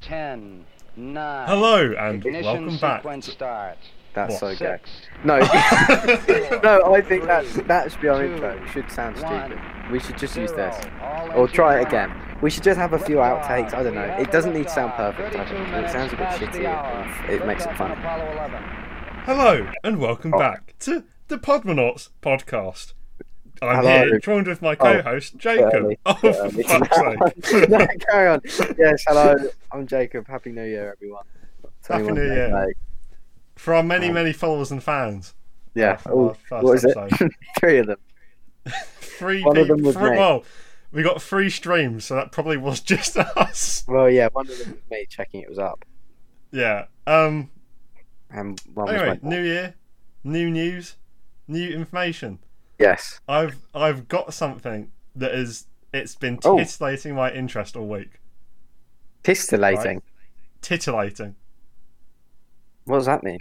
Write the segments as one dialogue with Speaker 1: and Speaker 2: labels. Speaker 1: Ten, nine.
Speaker 2: Hello and
Speaker 1: Ignition
Speaker 2: welcome back.
Speaker 1: sequence start.
Speaker 2: What?
Speaker 3: That's so gay.
Speaker 1: Six,
Speaker 3: No,
Speaker 1: four,
Speaker 3: no, I think that's
Speaker 1: three,
Speaker 3: that should be our
Speaker 1: two,
Speaker 3: intro. It should sound
Speaker 1: one,
Speaker 3: stupid. We should just use
Speaker 1: zero.
Speaker 3: this.
Speaker 1: All
Speaker 3: Or try it
Speaker 1: engine
Speaker 3: again.
Speaker 1: on.
Speaker 3: We should just have a few
Speaker 1: Liftoff.
Speaker 3: outtakes. I don't
Speaker 1: We
Speaker 3: know.
Speaker 1: have
Speaker 3: It
Speaker 1: a
Speaker 3: doesn't need to sound
Speaker 1: liftoff.
Speaker 3: perfect. I think.
Speaker 1: 32
Speaker 3: It sounds a bit
Speaker 1: minutes past the hour.
Speaker 3: shitty. and It makes it
Speaker 1: Liftoff on
Speaker 3: fun.
Speaker 1: Apollo 11.
Speaker 2: Hello and welcome
Speaker 3: Oh.
Speaker 2: back to the Podmonauts podcast. I'm
Speaker 3: Hello. Oh,
Speaker 2: here joined with my co-host Jacob.
Speaker 3: early.
Speaker 2: Oh,
Speaker 3: Um,
Speaker 2: for
Speaker 3: it's
Speaker 2: fuck's sake!
Speaker 3: no, carry on. Yes, hello. I'm Jacob. Happy New Year, everyone. It's
Speaker 2: Happy
Speaker 3: only one
Speaker 2: New
Speaker 3: day
Speaker 2: Year.
Speaker 3: away.
Speaker 2: For our many, many followers and fans,
Speaker 3: Yeah.
Speaker 2: That's
Speaker 3: all-
Speaker 2: our first
Speaker 3: what is
Speaker 2: episode.
Speaker 3: it? Three of them.
Speaker 2: three
Speaker 3: One of
Speaker 2: people.
Speaker 3: them was
Speaker 2: three-
Speaker 3: me.
Speaker 2: well, we got three streams, so that probably was just us.
Speaker 3: Well, yeah, one of them was me checking it was up,
Speaker 2: Yeah. Um.
Speaker 3: and one was
Speaker 2: Anyway,
Speaker 3: my
Speaker 2: new year, new news, new information.
Speaker 3: yes.
Speaker 2: I've I've got something that is it's been
Speaker 3: Oh.
Speaker 2: titillating my interest all week.
Speaker 3: Pistillating.
Speaker 2: Titillating.
Speaker 3: What does that mean?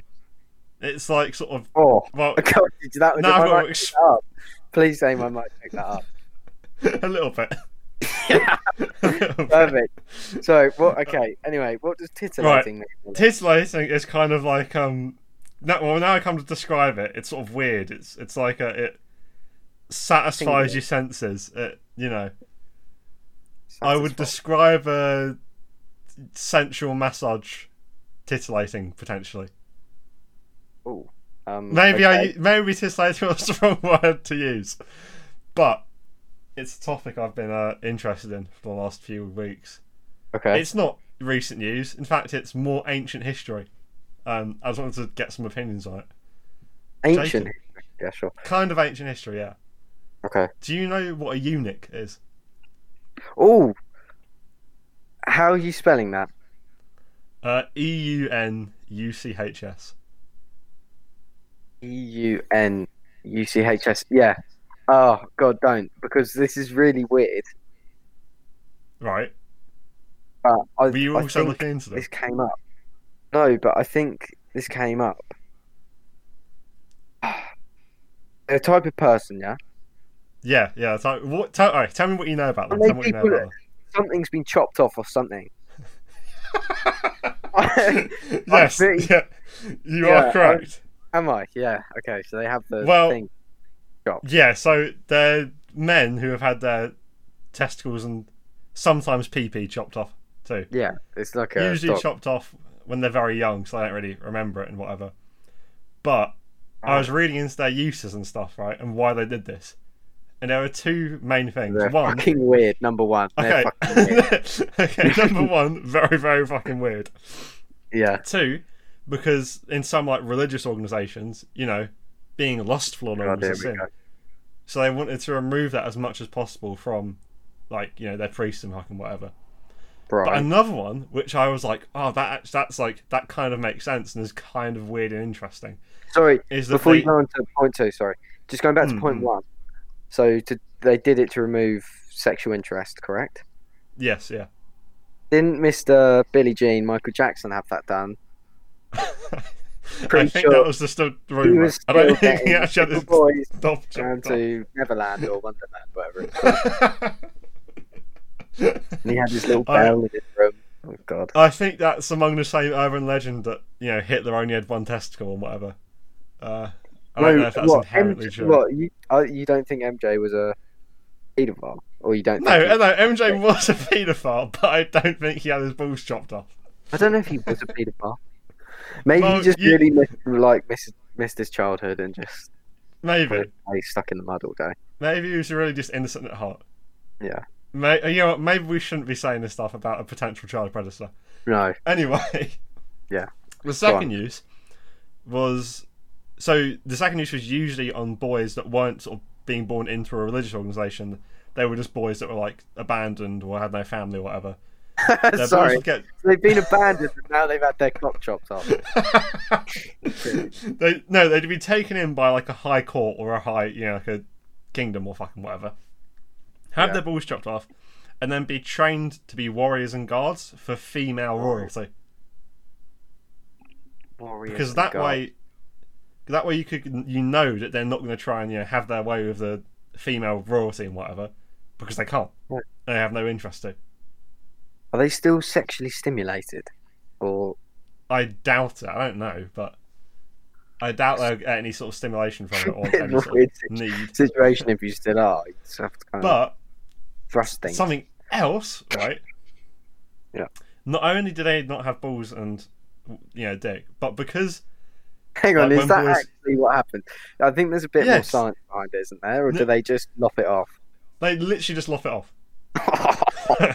Speaker 2: It's like sort of
Speaker 3: Oh,
Speaker 2: well,
Speaker 3: I can't- did that.
Speaker 2: No,
Speaker 3: did
Speaker 2: I've
Speaker 3: my
Speaker 2: got
Speaker 3: mic
Speaker 2: to
Speaker 3: pick that up? Oh, Please say my mic picked that up.
Speaker 2: a little bit. A little bit.
Speaker 3: Perfect. So what? Okay. Anyway, what does titillating mean?
Speaker 2: Titillating is kind of like um. No, well, now I come to describe it. It's sort of weird. It's it's like a it satisfies your senses. It, you know, I would
Speaker 3: Satisfying.
Speaker 2: describe a sensual massage titillating potentially.
Speaker 3: Ooh, um,
Speaker 2: Maybe I
Speaker 3: okay.
Speaker 2: maybe titillating was the wrong word to use, but it's a topic I've been uh, interested in for the last few weeks.
Speaker 3: Okay.
Speaker 2: It's not recent news. In fact, it's more ancient history. Um, I just wanted to get some opinions on it.
Speaker 3: Ancient. Yeah, sure.
Speaker 2: Kind of ancient history, yeah.
Speaker 3: Okay.
Speaker 2: Do you know what a eunuch is?
Speaker 3: Ooh. How are you spelling that?
Speaker 2: Uh, E U N U C H S.
Speaker 3: E U N U C H S. Yeah. Oh God, don't because this is really weird.
Speaker 2: Right.
Speaker 3: But I,
Speaker 2: Were you
Speaker 3: I
Speaker 2: also
Speaker 3: think
Speaker 2: looking into this?
Speaker 3: this came up. No, but I think this came up. They're a type of person, yeah.
Speaker 2: Yeah, yeah. So what? Tell, all right, tell me what you know about them.
Speaker 3: Well,
Speaker 2: Tell
Speaker 3: they
Speaker 2: me what you know
Speaker 3: people-
Speaker 2: about
Speaker 3: Something's been chopped off or something.
Speaker 2: them. yes,
Speaker 3: pretty-
Speaker 2: yeah, you
Speaker 3: Yeah,
Speaker 2: are
Speaker 3: I-
Speaker 2: correct.
Speaker 3: Am I? Yeah. Okay. So they have the
Speaker 2: Well-
Speaker 3: thing.
Speaker 2: Yeah, so they're men who have had their testicles and sometimes pee pee chopped off too.
Speaker 3: Yeah. It's like uh, a
Speaker 2: Usually
Speaker 3: dog.
Speaker 2: chopped off when they're very young, so they don't really remember it and whatever. But I
Speaker 3: Oh.
Speaker 2: was reading into their uses and stuff, right, and why they did this. And there are two main things.
Speaker 3: They're
Speaker 2: One,
Speaker 3: fucking weird. Number one. They're
Speaker 2: okay,
Speaker 3: fucking weird.
Speaker 2: okay, number one, very very fucking weird.
Speaker 3: yeah.
Speaker 2: Two, because in some like religious organizations, you know, being lustful or
Speaker 3: God,
Speaker 2: not
Speaker 3: here
Speaker 2: is a
Speaker 3: Oh, we
Speaker 2: sin.
Speaker 3: go.
Speaker 2: So they wanted to remove that as much as possible from, like, you know, their priests and fucking whatever. But
Speaker 3: Right.
Speaker 2: another one, which I was like, oh, that act- that's like that kind of makes sense and is kind of weird and interesting.
Speaker 3: Sorry.
Speaker 2: Is that
Speaker 3: Before
Speaker 2: they,
Speaker 3: you go on to point two, sorry. Just going back to
Speaker 2: Mm,
Speaker 3: point
Speaker 2: mm.
Speaker 3: one. So to, they did it to remove sexual interest, correct?
Speaker 2: yes, yeah,
Speaker 3: Didn't Mr. Billy Jean, Michael Jackson, have that done?
Speaker 2: I
Speaker 3: Pretty
Speaker 2: think
Speaker 3: sure
Speaker 2: that was just a
Speaker 3: He
Speaker 2: rumor.
Speaker 3: was
Speaker 2: I don't
Speaker 3: still
Speaker 2: think he
Speaker 3: getting
Speaker 2: actually
Speaker 3: little
Speaker 2: had this
Speaker 3: boys
Speaker 2: stop
Speaker 3: down to Neverland or Wonderland, whatever. It's called. and he had his little
Speaker 2: I-
Speaker 3: bell in his room. Oh God.
Speaker 2: I think that's among the same urban legend that you know Hitler only had one testicle and whatever. Uh, I don't know if that's
Speaker 3: what,
Speaker 2: inherently
Speaker 3: MJ
Speaker 2: true.
Speaker 3: What you, uh, you don't think MJ was a pedophile, or you don't?
Speaker 2: No,
Speaker 3: think he-
Speaker 2: no, MJ was a paedophile, but I don't think he had his balls chopped off.
Speaker 3: I don't know if he was a pedophile. Maybe
Speaker 2: Well,
Speaker 3: he just
Speaker 2: you-
Speaker 3: really missed, like missed, missed his childhood and just
Speaker 2: Maybe,
Speaker 3: he's stuck in the mud all day.
Speaker 2: maybe he was really just innocent at heart.
Speaker 3: Yeah.
Speaker 2: May, uh, you know, what, maybe we shouldn't be saying this stuff about a potential child predator.
Speaker 3: No,
Speaker 2: Anyway.
Speaker 3: Yeah.
Speaker 2: The second use was so the second use was usually on boys that weren't sort of being born into a religious organization. They were just boys that were like abandoned or had no family or whatever. Their
Speaker 3: sorry.
Speaker 2: balls would get
Speaker 3: They've been abandoned and now they've had their clock chopped off.
Speaker 2: they no, they'd be taken in by like a high court or a high, you know, like a kingdom or fucking whatever. Have
Speaker 3: Yeah.
Speaker 2: their balls chopped off, and then be trained to be warriors and guards for
Speaker 3: Oh,
Speaker 2: female royalty.
Speaker 3: Warriors
Speaker 2: Because
Speaker 3: and
Speaker 2: that
Speaker 3: God.
Speaker 2: way, that way you could you know that they're not going to try and you know have their way with the female royalty and whatever, because they can't.
Speaker 3: Right.
Speaker 2: They have no interest to.
Speaker 3: Are they still sexually stimulated? Or
Speaker 2: I doubt it. I don't know, but I doubt they'll get any sort of stimulation from it or
Speaker 3: Bit
Speaker 2: any sort of
Speaker 3: weird
Speaker 2: need.
Speaker 3: situation if you still are, you just have to kind of
Speaker 2: But
Speaker 3: thrust things.
Speaker 2: something else, right?
Speaker 3: Yeah.
Speaker 2: Not only do they not have balls and you know dick, but because
Speaker 3: Hang on,
Speaker 2: like
Speaker 3: is
Speaker 2: when
Speaker 3: that
Speaker 2: boys-
Speaker 3: actually what happened? I think there's a bit
Speaker 2: Yes.
Speaker 3: more science behind it, isn't there? Or do
Speaker 2: No-
Speaker 3: they just lop it off?
Speaker 2: they literally just lop it off.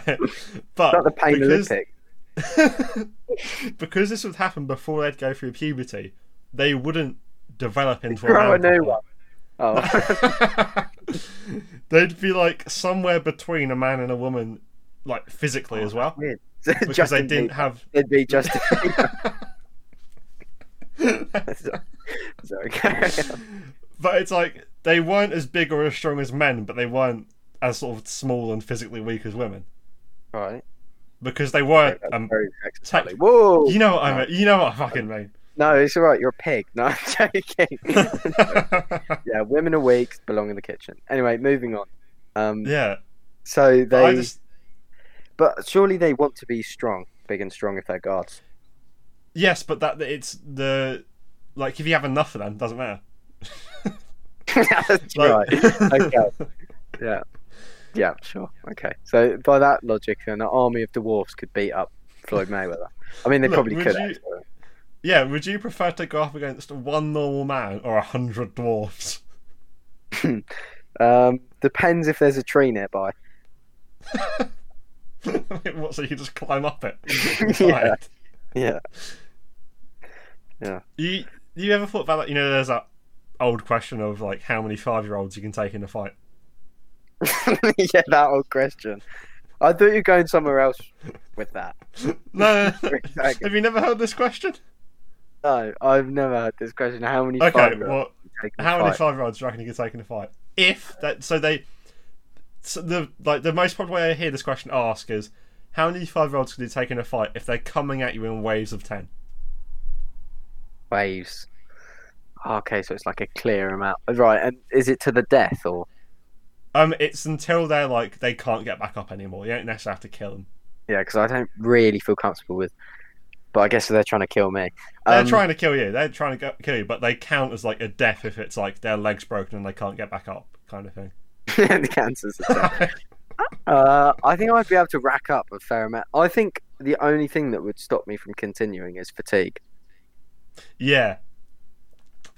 Speaker 3: Is
Speaker 2: but
Speaker 3: that the pain
Speaker 2: because,
Speaker 3: Olympic?
Speaker 2: because this would happen before they'd go through puberty, they wouldn't develop into a
Speaker 3: Grow a
Speaker 2: man
Speaker 3: new
Speaker 2: properly.
Speaker 3: one. Oh,
Speaker 2: They'd be like somewhere between a man and a woman, like physically as well,
Speaker 3: weird.
Speaker 2: because they
Speaker 3: Justin
Speaker 2: didn't
Speaker 3: Bieber.
Speaker 2: have.
Speaker 3: It'd be Justin Bieber. Sorry.
Speaker 2: but it's like they weren't as big or as strong as men, but they weren't as sort of small and physically weak as women
Speaker 3: right.
Speaker 2: because they weren't.
Speaker 3: That's
Speaker 2: Um,
Speaker 3: very sexually.
Speaker 2: tech-
Speaker 3: Whoa!
Speaker 2: you know what I mean? You know what I fucking
Speaker 3: No, it's all right. You're a pig. No, I'm joking.
Speaker 2: mean?
Speaker 3: yeah, women are weak. Belong in the kitchen. Anyway, moving on. Um,
Speaker 2: yeah,
Speaker 3: So
Speaker 2: but I
Speaker 3: they,
Speaker 2: just
Speaker 3: but surely they want to be strong, big and strong if they're guards.
Speaker 2: yes, but that it's the like if you have enough of them, doesn't matter.
Speaker 3: That's
Speaker 2: Like-
Speaker 3: right. Okay. Yeah. Yeah, sure. Okay. So by that logic, an army of dwarfs could beat up Floyd Mayweather. I mean, they
Speaker 2: Look,
Speaker 3: probably
Speaker 2: would
Speaker 3: could.
Speaker 2: you-
Speaker 3: actually.
Speaker 2: Yeah, would you prefer to go up against one normal man or a hundred dwarfs?
Speaker 3: Um, depends if there's a tree nearby.
Speaker 2: what, so you just climb up it?
Speaker 3: Yeah.
Speaker 2: Right.
Speaker 3: Yeah.
Speaker 2: You you ever thought about that? You know, there's that old question of like how many five year olds you can take in a fight.
Speaker 3: yeah, that old question. I thought you were going somewhere else with that.
Speaker 2: No, no, no.
Speaker 3: Exactly.
Speaker 2: have you never heard this question?
Speaker 3: No, I've never heard this question. How many?
Speaker 2: Okay,
Speaker 3: five-year-olds
Speaker 2: well,
Speaker 3: take in a
Speaker 2: how many
Speaker 3: fight?
Speaker 2: five year olds do you reckon you could take in a fight? If that, so they, so the like the most popular way I hear this question asked is how many five year olds could you take in a fight if they're coming at you in waves of ten?
Speaker 3: waves? Ah, Okay, so it's like a clear amount, right? And is it to the death or?
Speaker 2: Um, it's until they're like they can't get back up anymore. You don't necessarily have to kill them.
Speaker 3: Yeah, because I don't really feel comfortable with. But I guess they're trying to kill me.
Speaker 2: They're
Speaker 3: Um,
Speaker 2: trying to kill you. They're trying to go- kill you, but they count as like a death if it's like their legs broken and they can't get back up, kind of thing.
Speaker 3: the cancers. Uh, I think I'd be able to rack up a fair amount. I think the only thing that would stop me from continuing is fatigue,
Speaker 2: yeah,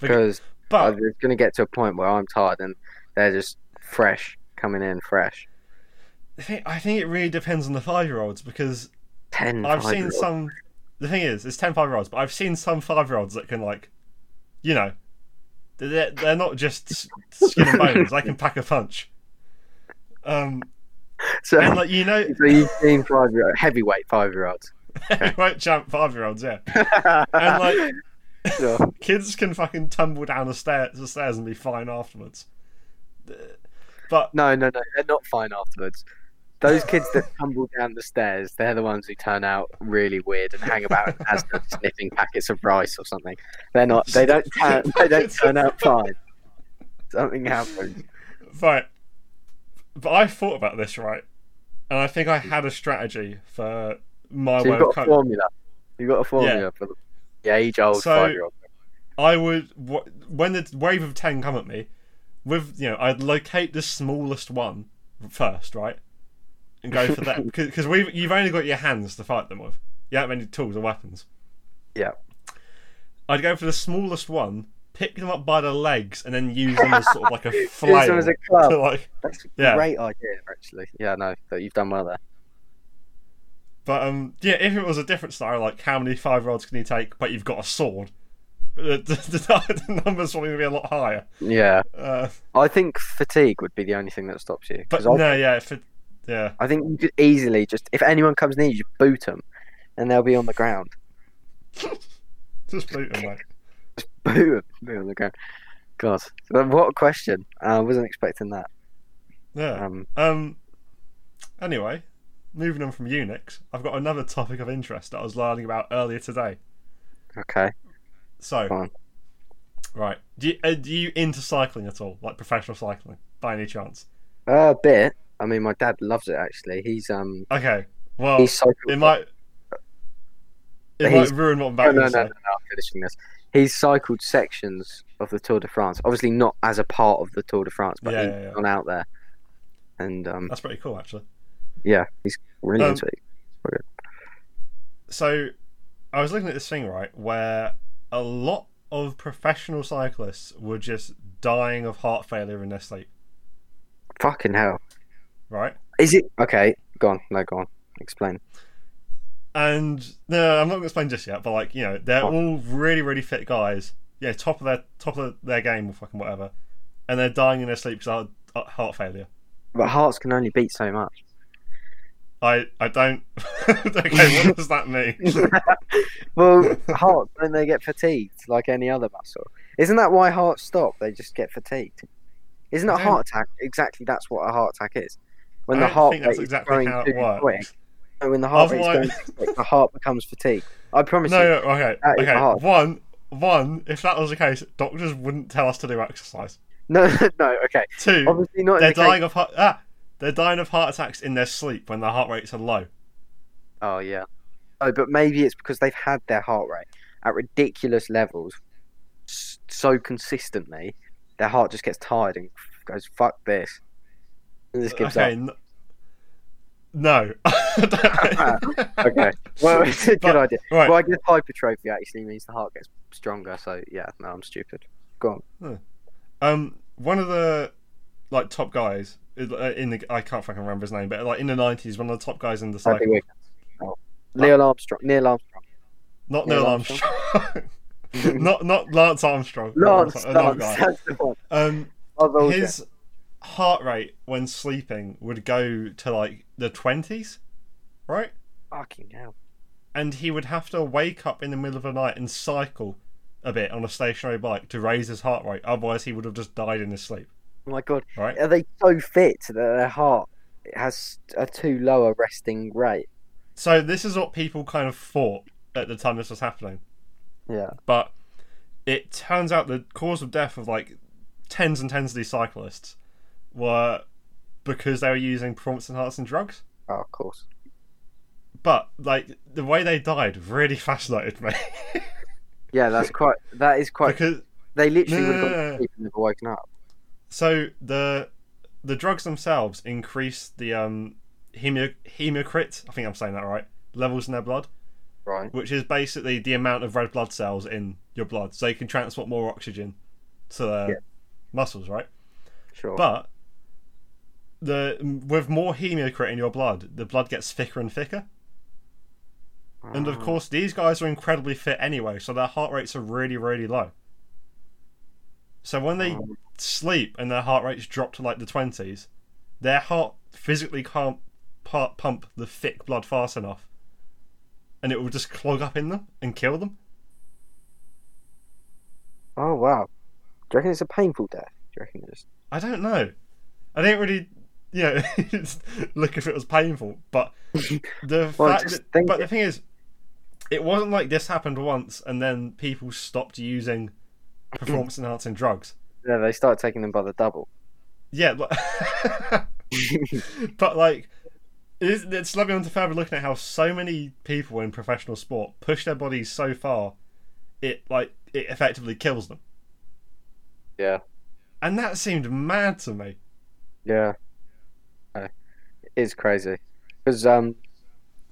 Speaker 2: Bec-
Speaker 3: because
Speaker 2: but
Speaker 3: it's going to get to a point where I'm tired and they're just fresh coming in fresh.
Speaker 2: I think, I think it really depends on the five-year-olds because
Speaker 3: Ten.
Speaker 2: I've seen
Speaker 3: five-year-olds.
Speaker 2: some. The thing is, it's ten five-year-olds, but I've seen some five-year-olds that can like, you know, they're they're not just s- skin and bones. they can pack a punch. Um,
Speaker 3: So,
Speaker 2: and like you know,
Speaker 3: so you've seen five year heavyweight five year olds.
Speaker 2: right, champ five-year-olds, yeah, and like. kids can fucking tumble down the stairs, the stairs and be fine afterwards. But
Speaker 3: No, no, no. They're not fine afterwards. Those kids that tumble down the stairs, they're the ones who turn out really weird and hang about in Asda sniffing packets of rice or something. They're not. They don't. Turn, they don't turn out fine. Something happened.
Speaker 2: right, but I thought about this right, and I think I had a strategy for my
Speaker 3: So
Speaker 2: way
Speaker 3: you've
Speaker 2: of
Speaker 3: got a
Speaker 2: coping.
Speaker 3: formula. You've got a formula
Speaker 2: Oh, Yeah.
Speaker 3: for the- the age-old
Speaker 2: So-
Speaker 3: five-year-old.
Speaker 2: I would wh- when the wave of ten come at me, with you know I'd locate the smallest one first, right, and go for that because we you've only got your hands to fight them with. You don't have any tools or weapons.
Speaker 3: Yeah.
Speaker 2: I'd go for the smallest one, pick them up by the legs, and then use them as sort of like a flail.
Speaker 3: them as a club.
Speaker 2: to, like,
Speaker 3: That's a
Speaker 2: Yeah.
Speaker 3: great idea, actually. Yeah, no, that you've done well there.
Speaker 2: but um, yeah, if it was a different style, like how many five rods can you take? But you've got a sword. The, the, the numbers probably gonna be a lot higher.
Speaker 3: Yeah,
Speaker 2: Uh,
Speaker 3: I think fatigue would be the only thing that stops you.
Speaker 2: but
Speaker 3: 'cause I'll-
Speaker 2: no, yeah, for, yeah.
Speaker 3: I think you could easily just if anyone comes near you, just boot them, and they'll be on the ground.
Speaker 2: Just boot him, mate.
Speaker 3: Boom! Boom on the ground. God, what a question! I wasn't expecting that.
Speaker 2: Yeah.
Speaker 3: Um,
Speaker 2: Um. Anyway, moving on from Unix, I've got another topic of interest that I was learning about earlier today.
Speaker 3: okay.
Speaker 2: So,
Speaker 3: Go on.
Speaker 2: right, do you, are you into cycling at all, like professional cycling, by any chance?
Speaker 3: Uh, A bit. I mean, my dad loves it actually. He's um
Speaker 2: Okay, Well,
Speaker 3: He's so
Speaker 2: it Oh, might. It
Speaker 3: He's-
Speaker 2: might ruin what I'm
Speaker 3: no,
Speaker 2: about
Speaker 3: no, no,
Speaker 2: to
Speaker 3: no, no,
Speaker 2: say.
Speaker 3: I'm finishing this. He's cycled sections of the Tour de France, obviously not as a part of the Tour de France, but
Speaker 2: Yeah,
Speaker 3: he's
Speaker 2: yeah, yeah.
Speaker 3: gone out there. And um,
Speaker 2: That's pretty cool, actually.
Speaker 3: yeah, he's really
Speaker 2: Um,
Speaker 3: into it.
Speaker 2: So, I was looking at this thing right where a lot of professional cyclists were just dying of heart failure in their sleep.
Speaker 3: Fucking hell.
Speaker 2: Right.
Speaker 3: Is it okay? Go on, no, go on. Explain.
Speaker 2: and no, I'm not going to explain just yet. But like you know, they're
Speaker 3: Oh.
Speaker 2: all really, really fit guys. Yeah, top of their top of their game or fucking whatever, and they're dying in their sleep because of uh, heart failure.
Speaker 3: But hearts can only beat so much.
Speaker 2: I I don't. okay, what does that mean?
Speaker 3: Well, hearts don't they get fatigued like any other muscle? Isn't that why hearts stop? They just get fatigued. Isn't
Speaker 2: I
Speaker 3: a
Speaker 2: don't-
Speaker 3: heart attack exactly? That's what a heart attack is. When
Speaker 2: I
Speaker 3: the
Speaker 2: don't
Speaker 3: heart
Speaker 2: think that's
Speaker 3: rate is
Speaker 2: exactly
Speaker 3: growing
Speaker 2: how it
Speaker 3: too
Speaker 2: works.
Speaker 3: quick. and when the heart rate's
Speaker 2: Otherwise-
Speaker 3: going too quick, the heart becomes fatigued. I
Speaker 2: no,
Speaker 3: promise
Speaker 2: no,
Speaker 3: you.
Speaker 2: okay,
Speaker 3: That is
Speaker 2: okay.
Speaker 3: hard.
Speaker 2: One, one. If that was the case, doctors wouldn't tell us to do exercise.
Speaker 3: No, no, okay.
Speaker 2: Two,
Speaker 3: Obviously not.
Speaker 2: they're
Speaker 3: in the case-
Speaker 2: dying of heart. Ah, they're dying of heart attacks in their sleep when their heart rates are low.
Speaker 3: Oh yeah. Oh, but maybe it's because they've had their heart rate at ridiculous levels s- so consistently, their heart just gets tired and goes "fuck this," and just gives
Speaker 2: okay.
Speaker 3: up.
Speaker 2: n- no.
Speaker 3: Okay. Well, it's a
Speaker 2: But-
Speaker 3: good idea.
Speaker 2: Right.
Speaker 3: Well, I guess hypertrophy actually means the heart gets stronger. So yeah, no, I'm stupid. Go on.
Speaker 2: Um, one of the like top guys uh, in the I can't fucking remember his name, but like in the nineties, one of the top guys in the
Speaker 3: Happy
Speaker 2: cycle,
Speaker 3: weekend. Oh. Neil Armstrong. Neil Armstrong.
Speaker 2: not
Speaker 3: Neil
Speaker 2: Neil Armstrong, not not Lance Armstrong,
Speaker 3: Lance.
Speaker 2: another
Speaker 3: Lance. Oh,
Speaker 2: guy.
Speaker 3: That's the one.
Speaker 2: Um,
Speaker 3: Of all gen-
Speaker 2: his heart rate when sleeping would go to like the twenties, right?
Speaker 3: Fucking hell.
Speaker 2: And he would have to wake up in the middle of the night and cycle a bit on a stationary bike to raise his heart rate. Otherwise, he would have just died in his sleep,
Speaker 3: Oh my god.
Speaker 2: right?
Speaker 3: Are they so fit that their heart has a too low a resting rate?
Speaker 2: So this is what people kind of thought at the time this was happening.
Speaker 3: Yeah.
Speaker 2: but it turns out the cause of death of like tens and tens of these cyclists were because they were using performance enhancing drugs.
Speaker 3: Oh, of course.
Speaker 2: But like the way they died really fascinated me
Speaker 3: Yeah, that's quite. That is quite.
Speaker 2: because
Speaker 3: They literally
Speaker 2: No,
Speaker 3: would
Speaker 2: no, no,
Speaker 3: have gone
Speaker 2: no.
Speaker 3: to sleep and never woken up.
Speaker 2: so the the drugs themselves increase the um hemo- hemocrit I think I'm saying that right levels in their blood,
Speaker 3: Right.
Speaker 2: which is basically the amount of red blood cells in your blood, so you can transport more oxygen to the
Speaker 3: Yeah.
Speaker 2: muscles, right?
Speaker 3: Sure.
Speaker 2: But the with more hemocrit in your blood, the blood gets thicker and thicker. And of
Speaker 3: Ah.
Speaker 2: course, these guys are incredibly fit anyway, so their heart rates are really, really low. So when they
Speaker 3: Um.
Speaker 2: sleep and their heart rates drop to like the twenties, their heart physically can't pu- pump the thick blood fast enough, and it will just clog up in them and kill them.
Speaker 3: Oh wow. Do you reckon it's a painful death? Do you reckon it's?
Speaker 2: I don't know. I didn't really, you know, look if it was painful, but the
Speaker 3: Well,
Speaker 2: fact
Speaker 3: just
Speaker 2: that,
Speaker 3: think
Speaker 2: but the
Speaker 3: it-
Speaker 2: thing is, it wasn't like this happened once and then people stopped using performance enhancing drugs.
Speaker 3: Yeah, they start taking them by the double.
Speaker 2: Yeah, but, but like, it's, it's led me on to further looking at how so many people in professional sport push their bodies so far, it like it effectively kills them,
Speaker 3: yeah.
Speaker 2: and that seemed mad to me.
Speaker 3: Yeah. Uh, It's crazy. Because, um,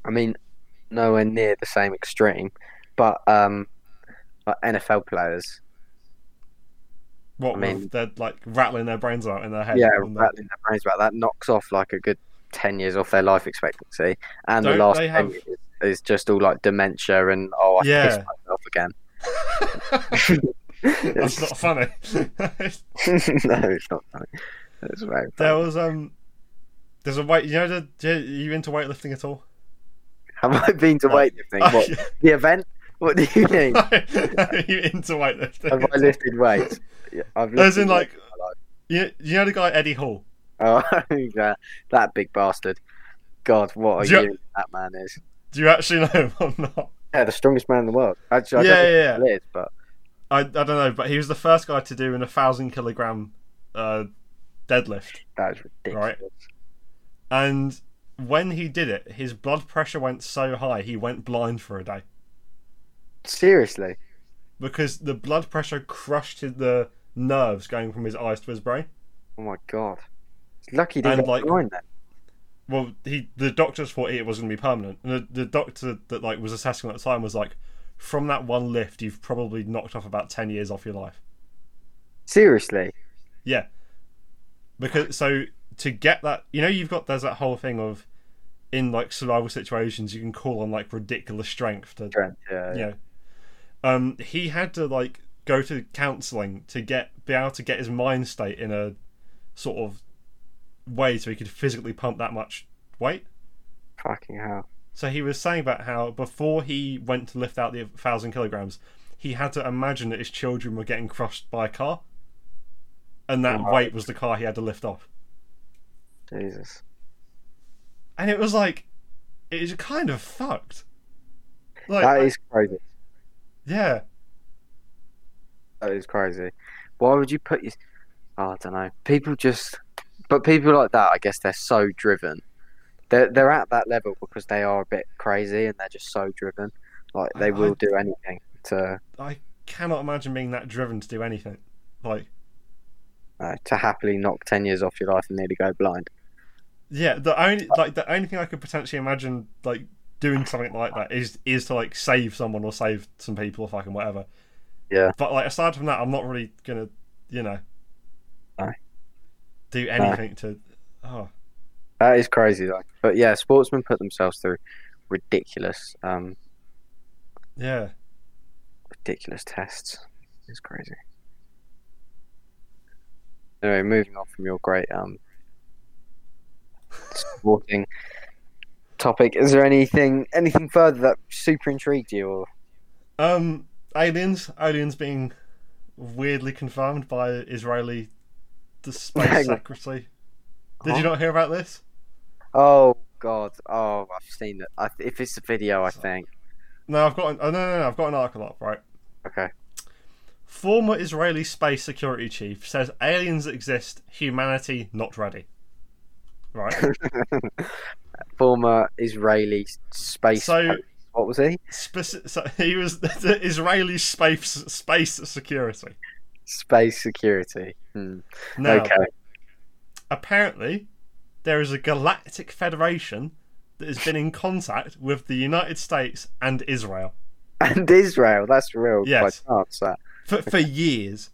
Speaker 3: I mean, nowhere near the same extreme, but um, like NFL players,
Speaker 2: What
Speaker 3: I
Speaker 2: with
Speaker 3: mean-
Speaker 2: they're like rattling their brains out in their head.
Speaker 3: yeah,
Speaker 2: and they're-
Speaker 3: rattling their brains about that knocks off like a good 10 years off their life expectancy. And
Speaker 2: Don't
Speaker 3: the last
Speaker 2: they
Speaker 3: 10
Speaker 2: have-
Speaker 3: years is just all like dementia and, oh, I
Speaker 2: Yeah.
Speaker 3: pissed myself again.
Speaker 2: That's not funny.
Speaker 3: no, it's not funny. It's very
Speaker 2: there
Speaker 3: funny.
Speaker 2: was um, there's a weight. You know, the, do you, you into weightlifting at all?
Speaker 3: Have I been to
Speaker 2: No.
Speaker 3: weightlifting? What, the event? What do you mean?
Speaker 2: Are you into weightlifting?
Speaker 3: Have I lifted weights? Yeah, I've
Speaker 2: As in,
Speaker 3: lifted
Speaker 2: like,
Speaker 3: weights in my life.
Speaker 2: you, you know the guy Eddie Hall.
Speaker 3: Oh, that, that big bastard. God, what a
Speaker 2: Do you-
Speaker 3: unit that man is.
Speaker 2: Do you actually know him or not?
Speaker 3: Yeah, the strongest man in the world. Actually, I
Speaker 2: yeah,
Speaker 3: don't
Speaker 2: yeah,
Speaker 3: think
Speaker 2: yeah.
Speaker 3: he is, but
Speaker 2: I, I don't know, but he was the first guy to do an a thousand kilogram uh, deadlift,
Speaker 3: that is ridiculous.
Speaker 2: Right. and when he did it, his blood pressure went so high he went blind for a day
Speaker 3: Seriously.
Speaker 2: because the blood pressure crushed his, the nerves going from his eyes to his brain.
Speaker 3: Oh my god. It's Lucky he didn't
Speaker 2: And,
Speaker 3: get
Speaker 2: like-
Speaker 3: blind then.
Speaker 2: Well, he the doctors thought it was going to be permanent, and the, the doctor that like was assessing him at the time was like, from that one lift, you've probably knocked off about ten years off your life.
Speaker 3: Seriously.
Speaker 2: Yeah. Because so to get that, you know, you've got there's that whole thing of in like survival situations, you can call on like ridiculous strength to
Speaker 3: Trent, yeah.
Speaker 2: you know. Um, he had to like go to counselling to get be able to get his mind state in a sort of way so he could physically pump that much weight.
Speaker 3: Fucking hell.
Speaker 2: So he was saying about how before he went to lift out the thousand kilograms, he had to imagine that his children were getting crushed by a car, and that
Speaker 3: Right.
Speaker 2: weight was the car he had to lift off.
Speaker 3: Jesus.
Speaker 2: And it was like, it is kind of fucked. Like,
Speaker 3: That is crazy.
Speaker 2: yeah,
Speaker 3: That is crazy. Why would you put your? Oh, I don't know. People just, but people like that, I guess they're so driven. They're they're at that level because they are a bit crazy and they're just so driven. Like
Speaker 2: I-
Speaker 3: they will
Speaker 2: I-
Speaker 3: do anything to
Speaker 2: I cannot imagine being that driven to do anything. Like,
Speaker 3: uh, to happily knock ten years off your life and nearly go blind.
Speaker 2: Yeah, the only like the only thing I could potentially imagine like doing something like that is is to like save someone or save some people or fucking whatever.
Speaker 3: Yeah.
Speaker 2: But like aside from that, I'm not really gonna, you know,
Speaker 3: No.
Speaker 2: do anything to. Oh,
Speaker 3: That is crazy, though. But yeah, sportsmen put themselves through ridiculous, um,
Speaker 2: yeah,
Speaker 3: ridiculous tests. It's crazy. Anyway, moving on from your great um sporting topic, is there anything anything further that super intrigued you? Or
Speaker 2: um, aliens, aliens being weirdly confirmed by Israeli the
Speaker 3: Hang on.
Speaker 2: space secretary. Did you
Speaker 3: Huh?
Speaker 2: not hear about this?
Speaker 3: Oh God! Oh, I've seen it. I, if it's a video, I think.
Speaker 2: No, I've got an, oh, no, no, no, I've got an article up right.
Speaker 3: Okay.
Speaker 2: Former Israeli space security chief says aliens exist, humanity not ready. Right.
Speaker 3: Former Israeli space.
Speaker 2: So-
Speaker 3: what was he?
Speaker 2: Speci- so he was the Israeli space space security.
Speaker 3: Space security. Hmm.
Speaker 2: Now,
Speaker 3: Okay.
Speaker 2: apparently, there is a galactic federation that has been in contact with the United States and Israel
Speaker 3: And Israel. That's real.
Speaker 2: Yes.
Speaker 3: By chance, that.
Speaker 2: for, for years,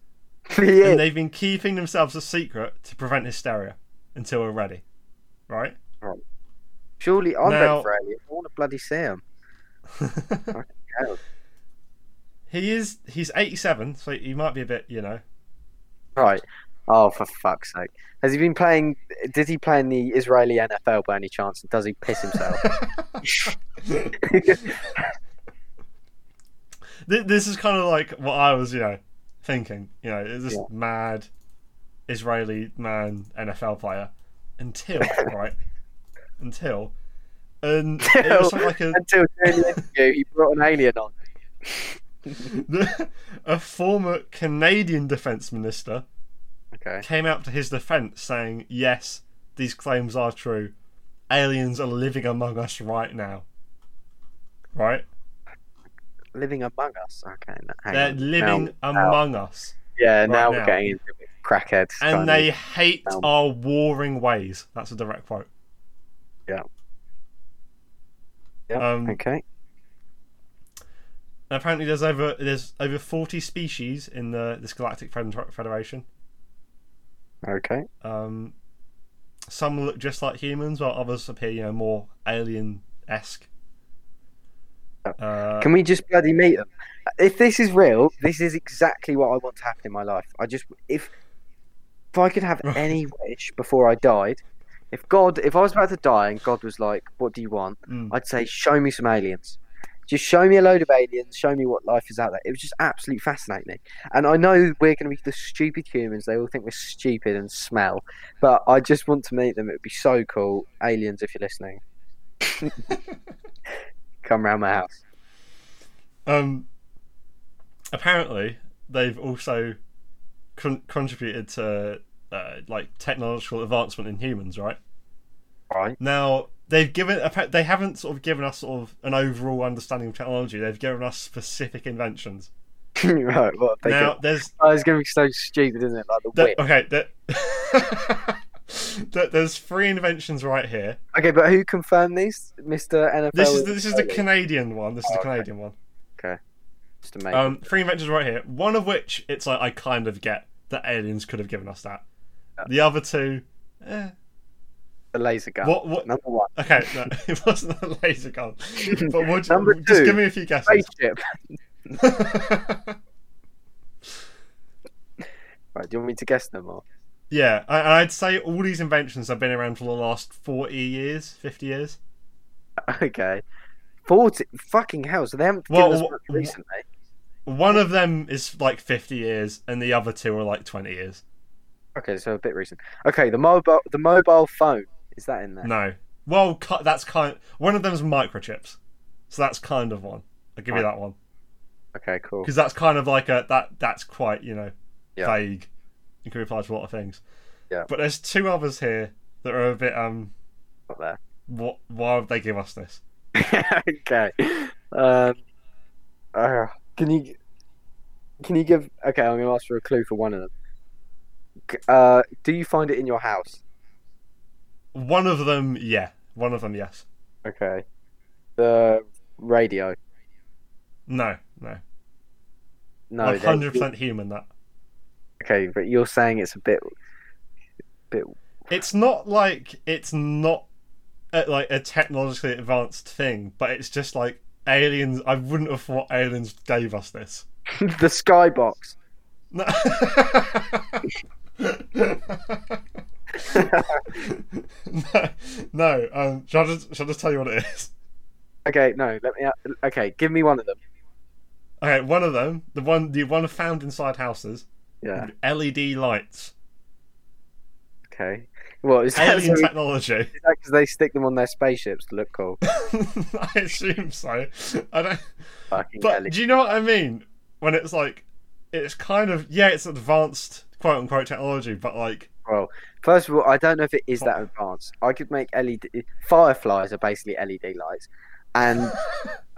Speaker 3: Yeah.
Speaker 2: and they've been keeping themselves a secret to prevent hysteria until we're ready. Right.
Speaker 3: Surely I'm
Speaker 2: Now-
Speaker 3: ready for aliens. I want to bloody see him. hell.
Speaker 2: he is. He's eighty-seven, so he might be a bit, you know.
Speaker 3: Right. Oh, for fuck's sake. Has he been playing? Did he play in the Israeli NFL by any chance? And does he piss himself?
Speaker 2: Th- this is kind of like what I was, you know, thinking. You know, it's this mad Israeli man NFL player until right until and it was sort of like a,
Speaker 3: Until during the interview, he brought an alien on.
Speaker 2: a former Canadian defense minister
Speaker 3: Okay.
Speaker 2: came out to his defense saying, "Yes, these claims are true. Aliens are living among us right now." Right?
Speaker 3: Living among us. Okay. no, hang
Speaker 2: They're
Speaker 3: on.
Speaker 2: living
Speaker 3: Now-
Speaker 2: among us.
Speaker 3: yeah.
Speaker 2: now.
Speaker 3: now we're getting into it. crackheads.
Speaker 2: and
Speaker 3: kind of.
Speaker 2: they hate
Speaker 3: Um,
Speaker 2: our warring ways. That's a direct quote.
Speaker 3: Yep,
Speaker 2: um,
Speaker 3: okay.
Speaker 2: And apparently, there's over there's over forty species in the this Galactic Fed- Federation.
Speaker 3: Okay.
Speaker 2: Um, some look just like humans, while others appear, you know, more alien esque. Uh,
Speaker 3: Can we just bloody meet them? If this is real, this is exactly what I want to happen in my life. I just if if I could have
Speaker 2: Right.
Speaker 3: any wish before I died, if God, if I was about to die and God was like, "What do you want?"
Speaker 2: mm.
Speaker 3: I'd say, "Show me some aliens." Just show me a load of aliens. Show me what life is out there. It would just absolutely fascinate me. And I know we're going to be the stupid humans. They all think we're stupid and smell. But I just want to meet them. It would be so cool. Aliens, if you're listening, come round my house.
Speaker 2: um, apparently, they've also con- contributed to uh, like technological advancement in humans, right?
Speaker 3: Right?
Speaker 2: Now, they've given appa- they haven't sort of given us sort of an overall understanding of technology. They've given us specific inventions.
Speaker 3: right, well, they
Speaker 2: now
Speaker 3: could-
Speaker 2: there's
Speaker 3: oh, it's going to be so stupid, isn't it? Like the
Speaker 2: there,
Speaker 3: whip.
Speaker 2: okay there, there- there's three inventions right here.
Speaker 3: Okay, but who confirmed these, Mister NFL?
Speaker 2: This is the, this is the
Speaker 3: Early?
Speaker 2: Canadian one. This is the
Speaker 3: Oh, okay.
Speaker 2: Canadian one.
Speaker 3: Mr. Mason.
Speaker 2: Um, three inventions right here. One of which it's like I kind of get that aliens could have given us that. The other two, eh.
Speaker 3: the laser gun.
Speaker 2: what what?
Speaker 3: Number one,
Speaker 2: Okay, no, it wasn't a laser gun. But would you,
Speaker 3: Number
Speaker 2: just
Speaker 3: two.
Speaker 2: give me a few guesses.
Speaker 3: spaceship. Right, do you want me to guess them or?
Speaker 2: yeah, I- and I'd say all these inventions have been around for the last forty years, fifty years.
Speaker 3: Okay, forty. Fucking hell! So they haven't
Speaker 2: Well,
Speaker 3: given us
Speaker 2: wh-
Speaker 3: much
Speaker 2: wh-
Speaker 3: recently.
Speaker 2: One of them is like fifty years, and the other two are like twenty years.
Speaker 3: Okay, so a bit recent. Okay, the mobile, the mobile phone. Is that in there?
Speaker 2: No, well, ki- that's kind. One of them's microchips, so that's kind of one. I'll give you that one.
Speaker 3: Okay, cool.
Speaker 2: because that's kind of like a that that's quite you know
Speaker 3: Yeah.
Speaker 2: vague. It can be applied to a lot of things.
Speaker 3: Yeah.
Speaker 2: But there's two others here that are a bit um.
Speaker 3: Not there.
Speaker 2: What? Why would they give us this?
Speaker 3: okay. Um, uh, can you can you give? Okay, I'm gonna ask for a clue for one of them. C- Uh, do you find it in your house?
Speaker 2: One of them, yeah. One of them, yes.
Speaker 3: Okay. The radio.
Speaker 2: No, no.
Speaker 3: No.
Speaker 2: One
Speaker 3: they-
Speaker 2: hundred percent human. That
Speaker 3: Okay, but you're saying it's a bit.
Speaker 2: it's not like it's not a, like a technologically advanced thing, but it's just like aliens. I wouldn't have thought aliens gave us this.
Speaker 3: the skybox.
Speaker 2: No. no, no. Um, shall I just shall I just tell you what it is?
Speaker 3: Okay, no. Let me. uh, Okay, give me one of them.
Speaker 2: Okay, one of them, the one the one found inside houses,
Speaker 3: Yeah.
Speaker 2: LED lights,
Speaker 3: Okay. Well, is that
Speaker 2: alien
Speaker 3: because
Speaker 2: technology.
Speaker 3: they stick them on their spaceships to look cool?
Speaker 2: I assume so. I don't.
Speaker 3: Fucking E
Speaker 2: But
Speaker 3: hell.
Speaker 2: do you know what I mean? When it's like, it's kind of yeah, it's advanced quote unquote technology, but like
Speaker 3: Well, first of all, I don't know if it is that advanced. I could make LED fireflies are basically LED lights, and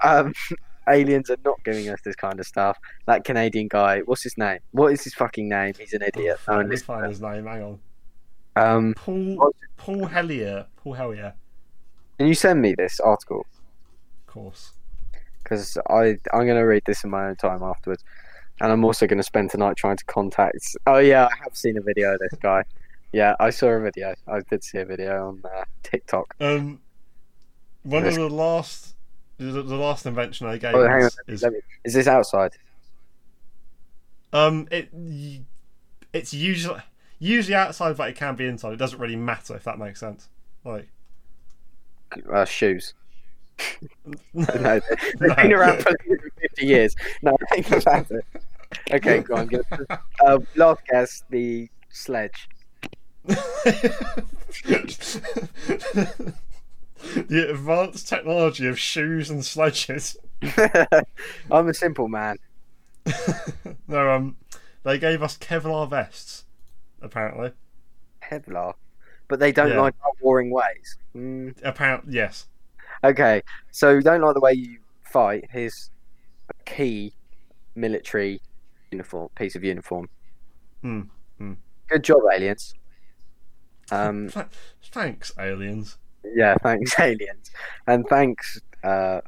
Speaker 3: um, aliens are not giving us this kind of stuff. That Canadian guy, what's his name? What is his fucking name? He's an idiot. No
Speaker 2: let
Speaker 3: one
Speaker 2: me
Speaker 3: listens
Speaker 2: find his name. Hang on,
Speaker 3: to him. um,
Speaker 2: Paul
Speaker 3: What's
Speaker 2: Paul Hellier, Paul Hellier,
Speaker 3: can you send me this article?
Speaker 2: of course.
Speaker 3: Because I I'm gonna read this in my own time afterwards, and I'm also gonna spend tonight trying to contact. Oh yeah, I have seen a video of this guy. Yeah, I saw a video. I did see a video on uh, TikTok.
Speaker 2: Um, one of
Speaker 3: Risk.
Speaker 2: the last, the, the last invention I gave
Speaker 3: Oh, hang on.
Speaker 2: us is
Speaker 3: Let me, is this outside?
Speaker 2: um, it y- it's usually usually outside, but it can be inside. It doesn't really matter if that makes sense. Like,
Speaker 3: Uh, shoes.
Speaker 2: no,
Speaker 3: No, they- they've been around for 50 years. No, think about it. Okay, go on. Give, uh, last guess, the sledge.
Speaker 2: the advanced technology of shoes and sledges.
Speaker 3: I'm a simple man.
Speaker 2: no, um, they gave us Kevlar vests, apparently.
Speaker 3: Kevlar. But they don't
Speaker 2: Yeah.
Speaker 3: like our warring ways. Mm.
Speaker 2: Apparent, yes.
Speaker 3: Okay, so you don't like the way you fight. Here's a key military uniform, piece of uniform.
Speaker 2: Hmm, hmm.
Speaker 3: Good job, aliens. Um,
Speaker 2: Th- Thanks, aliens.
Speaker 3: Yeah, thanks, aliens. And thanks, uh,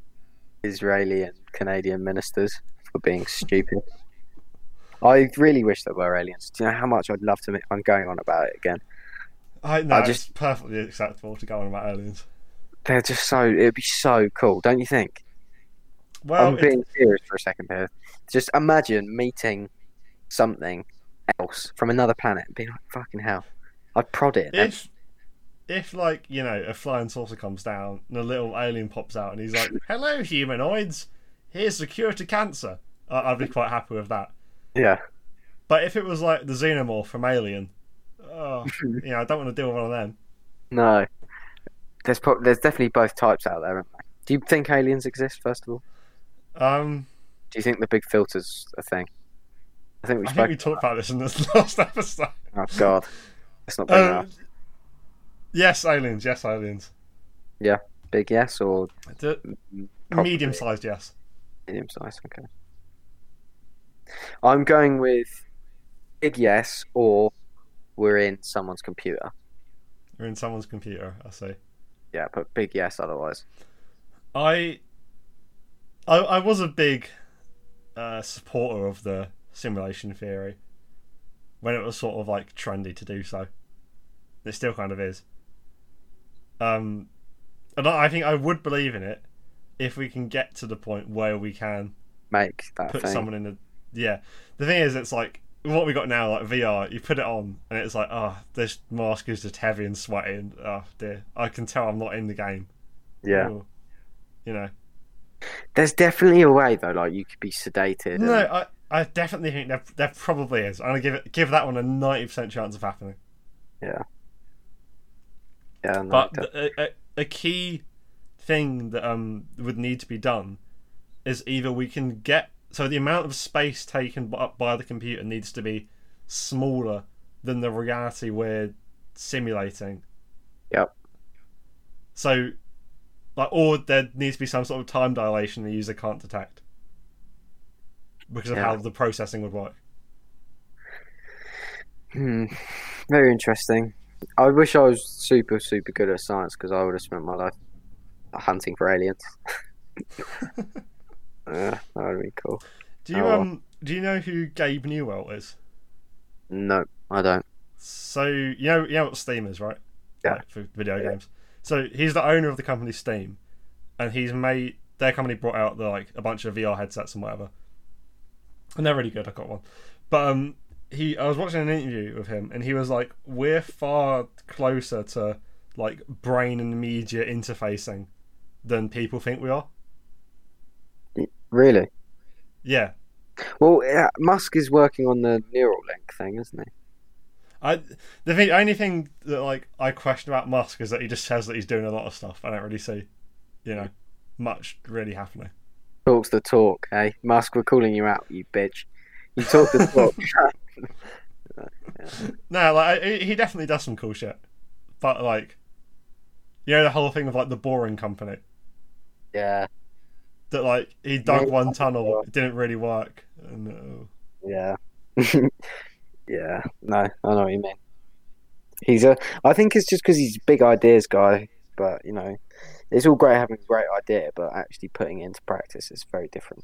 Speaker 3: Israeli and Canadian ministers for being stupid. I really wish there were aliens. Do you know how much I'd love to? Make... I'm going on about it again.
Speaker 2: I no,
Speaker 3: I
Speaker 2: it's perfectly acceptable to go on about aliens.
Speaker 3: They're just so. It'd be so cool, don't you think?
Speaker 2: Well,
Speaker 3: I'm
Speaker 2: it-
Speaker 3: being serious for a second here. Just imagine meeting something else from another planet and being like, "Fucking hell!" I'd prod it. and-
Speaker 2: if if like you know a flying saucer comes down and a little alien pops out and he's like, "Hello, humanoids, here's the cure to cancer," I- I'd be quite happy with that.
Speaker 3: Yeah.
Speaker 2: But if it was like the xenomorph from Alien, oh, you know, I don't want to deal with one of them.
Speaker 3: No. There's pro- there's definitely both types out there, aren't there? Do you think aliens exist? First of all.
Speaker 2: Um,
Speaker 3: Do you think the big filter's a thing? I think we
Speaker 2: I think
Speaker 3: spoke.
Speaker 2: we talked about this in the last episode.
Speaker 3: Oh God, it's not big
Speaker 2: Um,
Speaker 3: enough.
Speaker 2: yes, aliens. Yes, aliens.
Speaker 3: Big yes or
Speaker 2: D-
Speaker 3: Probably.
Speaker 2: Medium sized, yes.
Speaker 3: medium size? Okay. I'm going with big yes or we're in someone's computer.
Speaker 2: You're in someone's computer, I see.
Speaker 3: Yeah, but big yes otherwise.
Speaker 2: I, I, I was a big uh, supporter of the simulation theory when it was sort of like trendy to do so. It still kind of is. Um, and I I think I would believe in it if we can get to the point where we can
Speaker 3: Make that
Speaker 2: put
Speaker 3: thing.
Speaker 2: someone in the yeah. The thing is, it's like what we got now, like VR. You put it on, and it's like, oh, this mask is just heavy and sweaty, and oh dear, I can tell I'm not in the game.
Speaker 3: Yeah.
Speaker 2: Ooh. you know.
Speaker 3: There's definitely a way though, like you could be sedated.
Speaker 2: No,
Speaker 3: and-
Speaker 2: I, I definitely think there, there probably is. I'm gonna give it give that one a ninety percent chance of happening.
Speaker 3: yeah, no,
Speaker 2: But
Speaker 3: de-
Speaker 2: the- a, a, a key thing that um would need to be done is either we can get so the amount of space taken b- up by the computer needs to be smaller than the reality we're simulating.
Speaker 3: Yep.
Speaker 2: So, like, or there needs to be some sort of time dilation the user can't detect because of
Speaker 3: Yeah.
Speaker 2: how the processing would work.
Speaker 3: Hmm. Very interesting. I wish I was super, super good at science because I would have spent my life hunting for aliens. yeah, that would be cool.
Speaker 2: Do you
Speaker 3: Oh.
Speaker 2: um do you know who Gabe Newell is?
Speaker 3: No, I don't.
Speaker 2: So you know you know what Steam is, right?
Speaker 3: Yeah.
Speaker 2: Like, for video
Speaker 3: Yeah.
Speaker 2: games. So he's the owner of the company Steam, and he's made their company brought out the, like a bunch of VR headsets and whatever, and they're really good. I got one, but um he I was watching an interview with him, and he was like, "We're far closer to like brain and media interfacing than people think we are."
Speaker 3: Really?
Speaker 2: Yeah,
Speaker 3: Well, yeah, Musk is working on the Neuralink thing, isn't he?
Speaker 2: I the thing, only thing that like I question about Musk is that he just says that he's doing a lot of stuff. I don't really see, you know, much really happening.
Speaker 3: Talks the talk, eh? Musk, we're calling you out, you bitch. You talk the talk.
Speaker 2: No, like I- he definitely does some cool shit, but like, you know, the whole thing of like the boring company
Speaker 3: yeah,
Speaker 2: that like he dug one tunnel, it didn't really work, and uh,
Speaker 3: yeah, yeah. No, I know what you mean. He's a. I think it's just because he's a big ideas guy, but you know, it's all great having a great idea, but actually putting it into practice is very different.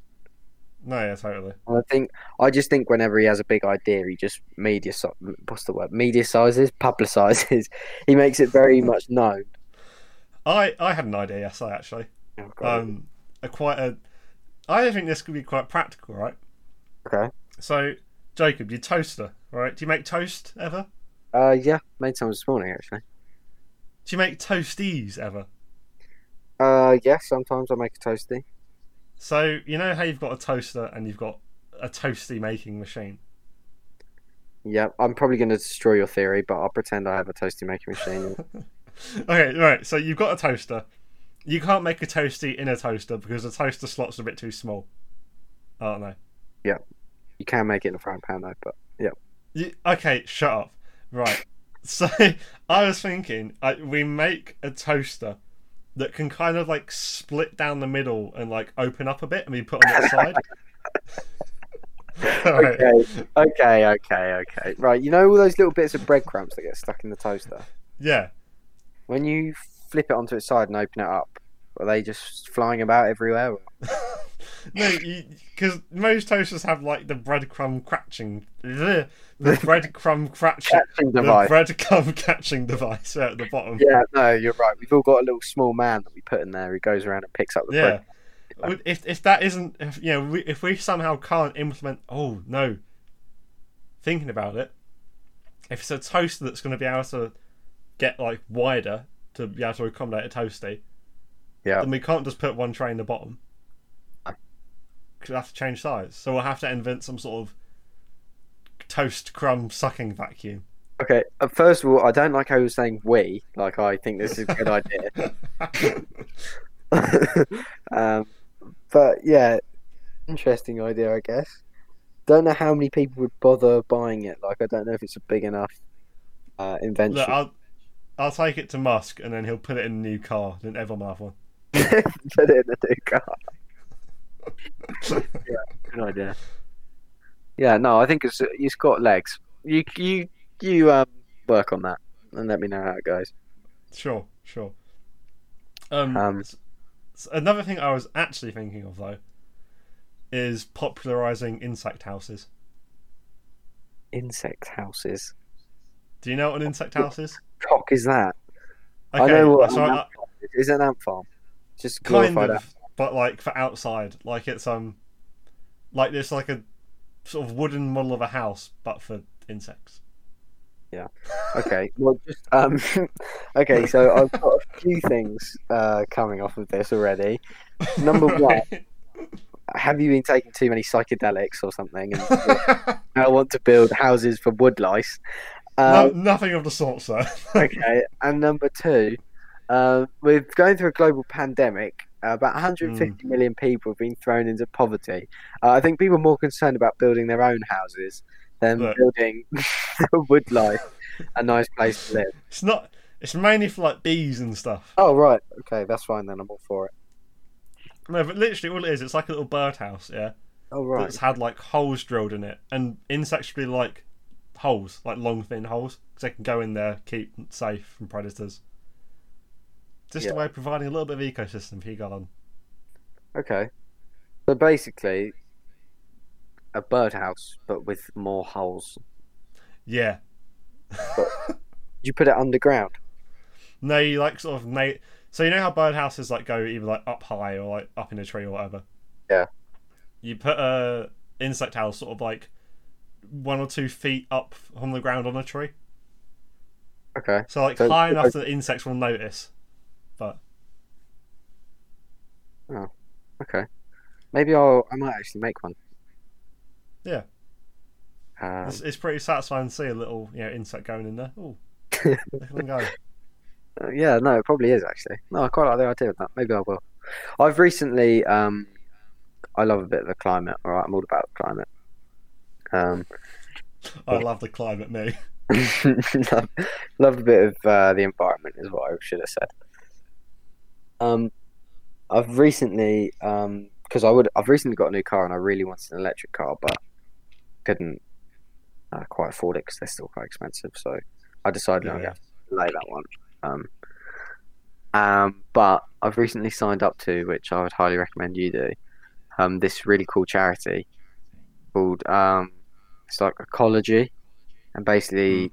Speaker 2: no, yeah, totally.
Speaker 3: And I think I just think whenever he has a big idea, he just media si- what's the word? Media sizes, publicizes. He makes it very much known.
Speaker 2: I I had an idea yesterday actually.
Speaker 3: Oh, God.
Speaker 2: Um, a quite a, I think this could be quite practical, right?
Speaker 3: okay.
Speaker 2: So, Jacob, your toaster, right? Do you make toast ever?
Speaker 3: Uh, yeah, made some this morning actually.
Speaker 2: Do you make toasties ever?
Speaker 3: Uh, yeah, sometimes I make a toasty.
Speaker 2: So you know how you've got a toaster and you've got a toasty making machine.
Speaker 3: Yeah, I'm probably going to destroy your theory, but I'll pretend I have a toasty making machine.
Speaker 2: Okay, right. So you've got a toaster. You can't make a toasty in a toaster because the toaster slot's a bit too small. I don't know.
Speaker 3: you can make it in a frying pan though, but yeah,
Speaker 2: You, okay, shut up. Right. So I was thinking I, we make a toaster that can kind of like split down the middle and like open up a bit and be put on its side. All right.
Speaker 3: Okay, okay, okay, okay. Right, you know all those little bits of breadcrumbs that get stuck in the toaster.
Speaker 2: Yeah.
Speaker 3: When you flip it onto its side and open it up, are they just flying about everywhere?
Speaker 2: no, because most toasters have like the breadcrumb catching, the, the breadcrumb catching,
Speaker 3: Catching
Speaker 2: the
Speaker 3: device.
Speaker 2: breadcrumb catching device at the bottom.
Speaker 3: Yeah, no, you're right. We've all got a little small man that we put in there who goes around and picks up the
Speaker 2: Yeah.
Speaker 3: bread.
Speaker 2: Would- If if that isn't, if, you know, we, if we somehow can't implement, oh no. Thinking about it, if it's a toaster that's going to be able to get like wider to be able to accommodate a toasty,
Speaker 3: Yeah.
Speaker 2: then we can't just put one tray in the bottom.
Speaker 3: No.
Speaker 2: 'Cause we have to change size, so we'll have to invent some sort of toast crumb sucking vacuum.
Speaker 3: Okay, uh, first of all, I don't like how you're saying we. Like, I think this is a good idea. um, but yeah, interesting idea, I guess. Don't know how many people would bother buying it. Like, I don't know if it's a big enough uh, invention.
Speaker 2: Look, I'll I'll take it to Musk, and then he'll put it in a new car. Then everyone will have one.
Speaker 3: Put it in the new car. Good idea. Yeah, no, I think it's it's got legs. You you you um work on that and let me know how it goes.
Speaker 2: Sure, sure. Um,
Speaker 3: Um.
Speaker 2: s- s- another thing I was actually thinking of though is popularizing insect houses.
Speaker 3: Insect houses.
Speaker 2: Do you know what an insect house is?
Speaker 3: Cock is that? I know what
Speaker 2: so
Speaker 3: an
Speaker 2: I-
Speaker 3: ant farm is. It's an ant farm. Just
Speaker 2: kind
Speaker 3: glorified
Speaker 2: of, but like for outside, like it's um, like it's like a sort of wooden model of a house, but for insects.
Speaker 3: ant- Okay. Well, just um. okay, so I've got a few things uh coming off of this already. Number one, have you been taking too many psychedelics or something? And I want to build houses for woodlice. Um,
Speaker 2: no, nothing of the sort, sir.
Speaker 3: okay. And number two, uh, we're going through a global pandemic. uh, About
Speaker 2: Hmm.
Speaker 3: 150 million people have been thrown into poverty. Uh, I think people are more concerned about building their own houses than
Speaker 2: Look.
Speaker 3: building woodlife a nice place to live.
Speaker 2: it's not. It's mainly for like bees and stuff.
Speaker 3: Oh, right. Okay, that's fine then. I'm all for it.
Speaker 2: No, but literally all it is, it's like a little birdhouse, yeah,
Speaker 3: Oh, right.
Speaker 2: that's had like holes drilled in it, and insects really like holes, like long thin holes, because they can go in there, keep safe from predators. Just
Speaker 3: Yeah.
Speaker 2: a way of providing a little bit of ecosystem for your garden.
Speaker 3: Okay. So basically, a birdhouse, but with more holes.
Speaker 2: Yeah,
Speaker 3: You put it underground.
Speaker 2: No, you like sort of na So you know how birdhouses like go either like up high or like up in a tree or whatever.
Speaker 3: Yeah.
Speaker 2: You put a insect house sort of like one or two feet up from the ground on a tree,
Speaker 3: Okay.
Speaker 2: so like
Speaker 3: So-
Speaker 2: high enough that insects will notice. But
Speaker 3: Okay. Maybe I'll. I might actually make one.
Speaker 2: Yeah.
Speaker 3: Um,
Speaker 2: it's, it's pretty satisfying to see a little you know insect going in there. Oh, look at them go.
Speaker 3: Uh, yeah, no, it probably is actually. No, I quite like the idea of that. Maybe I will. I've recently, um, I love a bit of the climate. All right, I'm all about the climate. Um,
Speaker 2: I love the climate, me.
Speaker 3: love, love a bit of uh, the environment is what I should have said. Um, I've recently, um, because I would, I've recently got a new car and I really wanted an electric car, but couldn't uh, quite afford it because they're still quite expensive. So I decided I'm
Speaker 2: Yeah.
Speaker 3: going to delay that one. Um, um, but I've recently signed up to, which I would highly recommend you do, um, this really cool charity called um, it's like Ecology,
Speaker 2: Hmm.
Speaker 3: and basically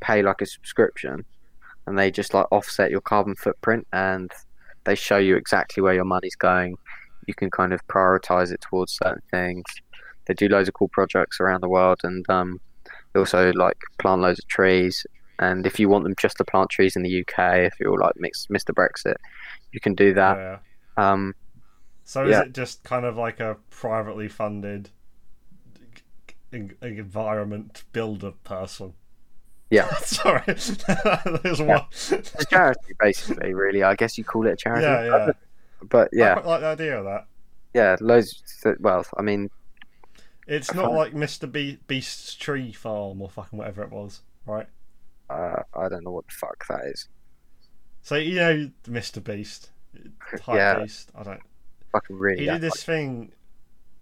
Speaker 3: pay like a subscription, and they just like offset your carbon footprint, and they show you exactly where your money's going. You can kind of prioritize it towards certain things. They do loads of cool projects around the world, and um, they also like plant loads of trees. And if you want them just to plant trees in the UK, if you're like mix, Mr. Brexit, you can do that.
Speaker 2: Yeah.
Speaker 3: Um,
Speaker 2: So
Speaker 3: Yeah.
Speaker 2: is it just kind of like a privately funded en- environment builder person?
Speaker 3: Yeah.
Speaker 2: Sorry. There's
Speaker 3: Yeah.
Speaker 2: one.
Speaker 3: it's a charity, basically. Really, I guess you call it a charity.
Speaker 2: Yeah, yeah.
Speaker 3: But
Speaker 2: I
Speaker 3: yeah,
Speaker 2: quite like the idea of that.
Speaker 3: yeah, loads. Well, I mean,
Speaker 2: It's not like Mr. Be- Beast's tree farm or fucking whatever it was, right?
Speaker 3: uh, I don't know what the fuck that is.
Speaker 2: So you know Mr. Beast, type
Speaker 3: Yeah.
Speaker 2: Beast. I don't.
Speaker 3: Fucking
Speaker 2: He
Speaker 3: really.
Speaker 2: did this thing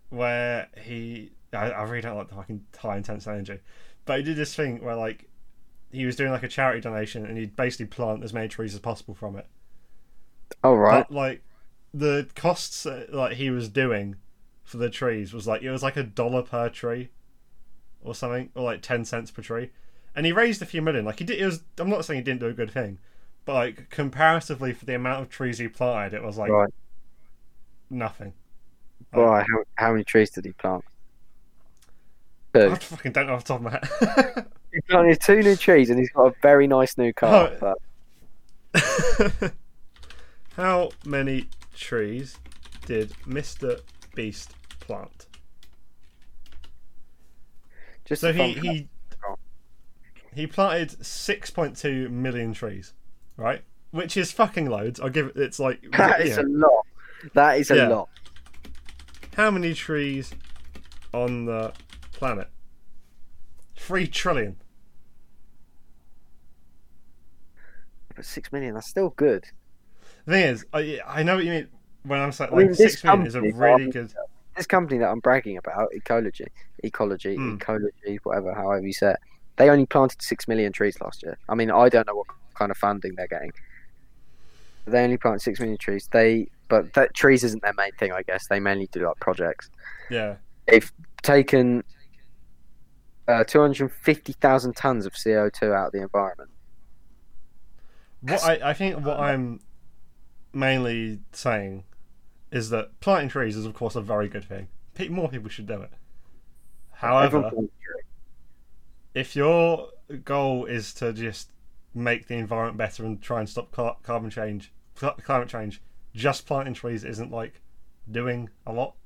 Speaker 2: where he. I, I really don't like the fucking high intense energy, but he did this thing where like he was doing like a charity donation and he'd basically plant as many trees as possible from it.
Speaker 3: All Oh, right.
Speaker 2: But like the costs that, like he was doing for the trees was like it was like a dollar per tree or something or like 10 cents per tree and he raised a few million like he did it was i'm not saying he didn't do a good thing but like comparatively for the amount of trees he planted it was like
Speaker 3: right.
Speaker 2: nothing uh,
Speaker 3: Why? How, how many trees did he plant?
Speaker 2: i
Speaker 3: Two.
Speaker 2: fucking don't know off the top of my head
Speaker 3: He planted two new trees, and he's got a very nice new car.
Speaker 2: Oh.
Speaker 3: but
Speaker 2: How many trees did Mr. Beast plant?
Speaker 3: just
Speaker 2: So
Speaker 3: a
Speaker 2: he
Speaker 3: fun
Speaker 2: he he planted six point two million trees, right? Which is fucking loads. I'll give it. It's like
Speaker 3: fact. that is
Speaker 2: yeah.
Speaker 3: a lot. That is a
Speaker 2: Yeah.
Speaker 3: lot.
Speaker 2: how many trees on the planet? Three trillion.
Speaker 3: But six million, that's still good.
Speaker 2: The thing is, I, I know what you mean when I'm saying
Speaker 3: I
Speaker 2: like
Speaker 3: mean, this
Speaker 2: six million is a
Speaker 3: company,
Speaker 2: really
Speaker 3: um,
Speaker 2: good.
Speaker 3: This company that I'm bragging about, Ecology, Ecology,
Speaker 2: Hmm.
Speaker 3: Ecology, whatever, however you say it, they only planted six million trees last year. I mean, I don't know what kind of funding they're getting. They only planted six million trees. They, but that trees isn't their main thing, I guess. They mainly do like projects.
Speaker 2: Yeah,
Speaker 3: taken uh, 250,000 tons of CO2 out of the environment.
Speaker 2: what I, I think what I'm mainly saying is that planting trees is of course a very good thing. Pe- More people should do it. However,
Speaker 3: Everyone plants trees.
Speaker 2: if your goal is to just make the environment better and try and stop car- carbon change, cl- climate change, just planting trees isn't like doing a lot.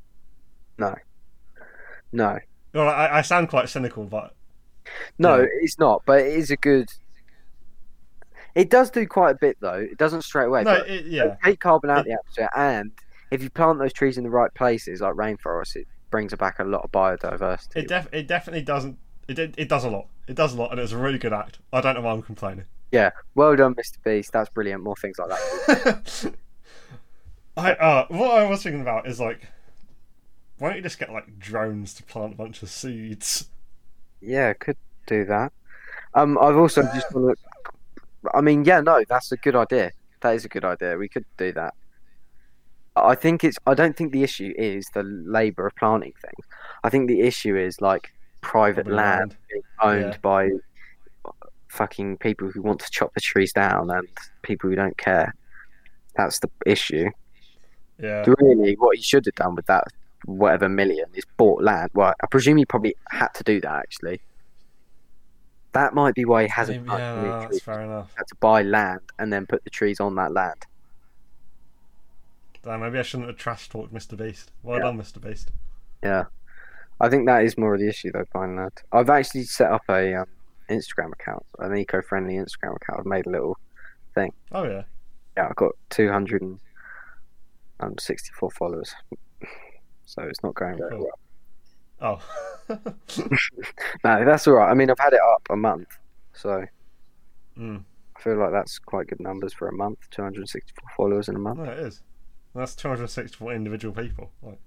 Speaker 3: no,
Speaker 2: Well, I, I sound quite cynical, but
Speaker 3: no,
Speaker 2: Yeah.
Speaker 3: it's not. But it is a good. It does do quite a bit though. It doesn't straight away.
Speaker 2: no,
Speaker 3: but
Speaker 2: it, yeah,
Speaker 3: take carbon out of the atmosphere, and if you plant those trees in the right places, like rainforests, it brings back a lot of biodiversity.
Speaker 2: it def- it definitely doesn't. It, it it does a lot. It does a lot, and it's a really good act. I don't know why I'm complaining.
Speaker 3: well done, Mr. Beast. That's brilliant. More things like that.
Speaker 2: I uh, what I was thinking about is like, why don't you just get like drones to plant a bunch of seeds?
Speaker 3: Yeah, could do that. Um, I've also just want to. I mean, yeah, no, that's a good idea. That is a good idea. We could do that. I think it's. I don't think the issue is the labour of planting things. I think the issue is like private
Speaker 2: Probably
Speaker 3: land
Speaker 2: land.
Speaker 3: being owned
Speaker 2: Yeah.
Speaker 3: by fucking people who want to chop the trees down and people who don't care. That's the issue.
Speaker 2: Yeah,
Speaker 3: Really, what he should have done with that whatever million is bought land. Well, I presume he probably had to do that actually. That might be why he
Speaker 2: yeah,
Speaker 3: hasn't planted any
Speaker 2: no,
Speaker 3: trees.
Speaker 2: that's fair enough.
Speaker 3: He had to buy land and then put the trees on that land.
Speaker 2: Damn, Uh, maybe I shouldn't have trash talked Mr. Beast. Well
Speaker 3: Yeah.
Speaker 2: done, Mr. Beast.
Speaker 3: I think that is more of the issue though, buying land. I've actually set up a um, Instagram account, an eco-friendly Instagram account. I've made a little.
Speaker 2: Oh yeah,
Speaker 3: Yeah, I've got two hundred and sixty-four followers, so it's not going very
Speaker 2: Cool.
Speaker 3: well.
Speaker 2: oh,
Speaker 3: No, that's all right. I mean, I've had it up a month, so
Speaker 2: Mm.
Speaker 3: I feel like that's quite good numbers for a month. Two hundred sixty-four followers in a month.
Speaker 2: no, it is. That's 264 individual people. Like,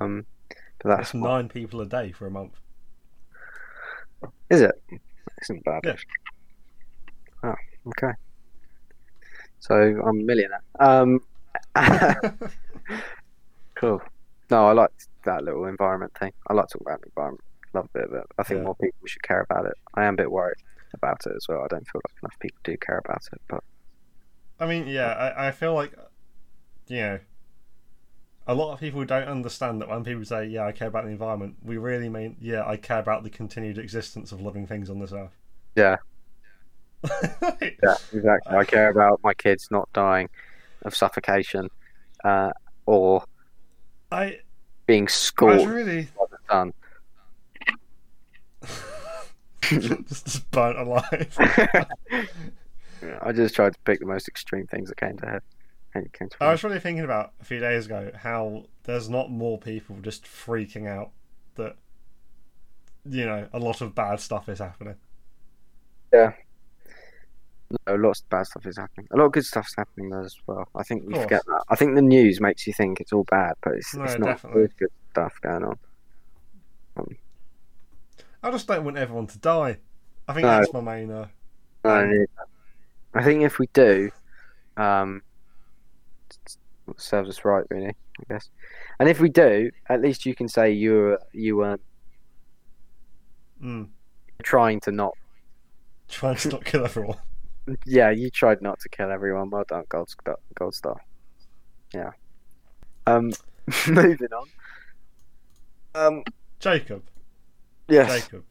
Speaker 3: Um, but that's
Speaker 2: that's nine people a day for a month.
Speaker 3: is it? Isn't bad.
Speaker 2: Yeah.
Speaker 3: Oh, okay. So I'm a millionaire. Um, cool. No, I like that little environment thing. I like talking about the environment. Love a bit of it. I think
Speaker 2: Yeah.
Speaker 3: more people should care about it. I am a bit worried about it as well. I don't feel like enough people do care about it, but
Speaker 2: I mean, yeah, I, I feel like, you know, a lot of people don't understand that when people say, yeah, I care about the environment, we really mean, yeah, I care about the continued existence of living things on this earth.
Speaker 3: Yeah.
Speaker 2: yeah.
Speaker 3: Yeah, exactly. I care about my kids not dying of suffocation uh, or
Speaker 2: I, I
Speaker 3: being
Speaker 2: was
Speaker 3: scorched
Speaker 2: really.
Speaker 3: by the sun.
Speaker 2: just, just burnt alive.
Speaker 3: I just tried to pick the most extreme things that came to head. And it came to
Speaker 2: I was really thinking about a few days ago how there's not more people just freaking out that, you know, a lot of bad stuff is happening.
Speaker 3: no, lots of bad stuff is happening. A lot of good stuff's happening though as well. I think we
Speaker 2: Of
Speaker 3: forget that. I think the news makes you think it's all bad, but it's,
Speaker 2: No,
Speaker 3: it's not.
Speaker 2: definitely.
Speaker 3: There's good stuff going on.
Speaker 2: I just don't want everyone to die. I think
Speaker 3: No.
Speaker 2: that's my main. Uh,
Speaker 3: No,
Speaker 2: Um,
Speaker 3: neither. I think if we do, um, serves us right, really, I guess. And if we do, at least you can say you were you weren't
Speaker 2: mm.
Speaker 3: trying to not.
Speaker 2: Try and not kill everyone.
Speaker 3: Yeah, you tried not to kill everyone. Well done, Gold Star. Gold Star. Yeah. Um, moving on. Um,
Speaker 2: Jacob,
Speaker 3: yes.
Speaker 2: Jacob.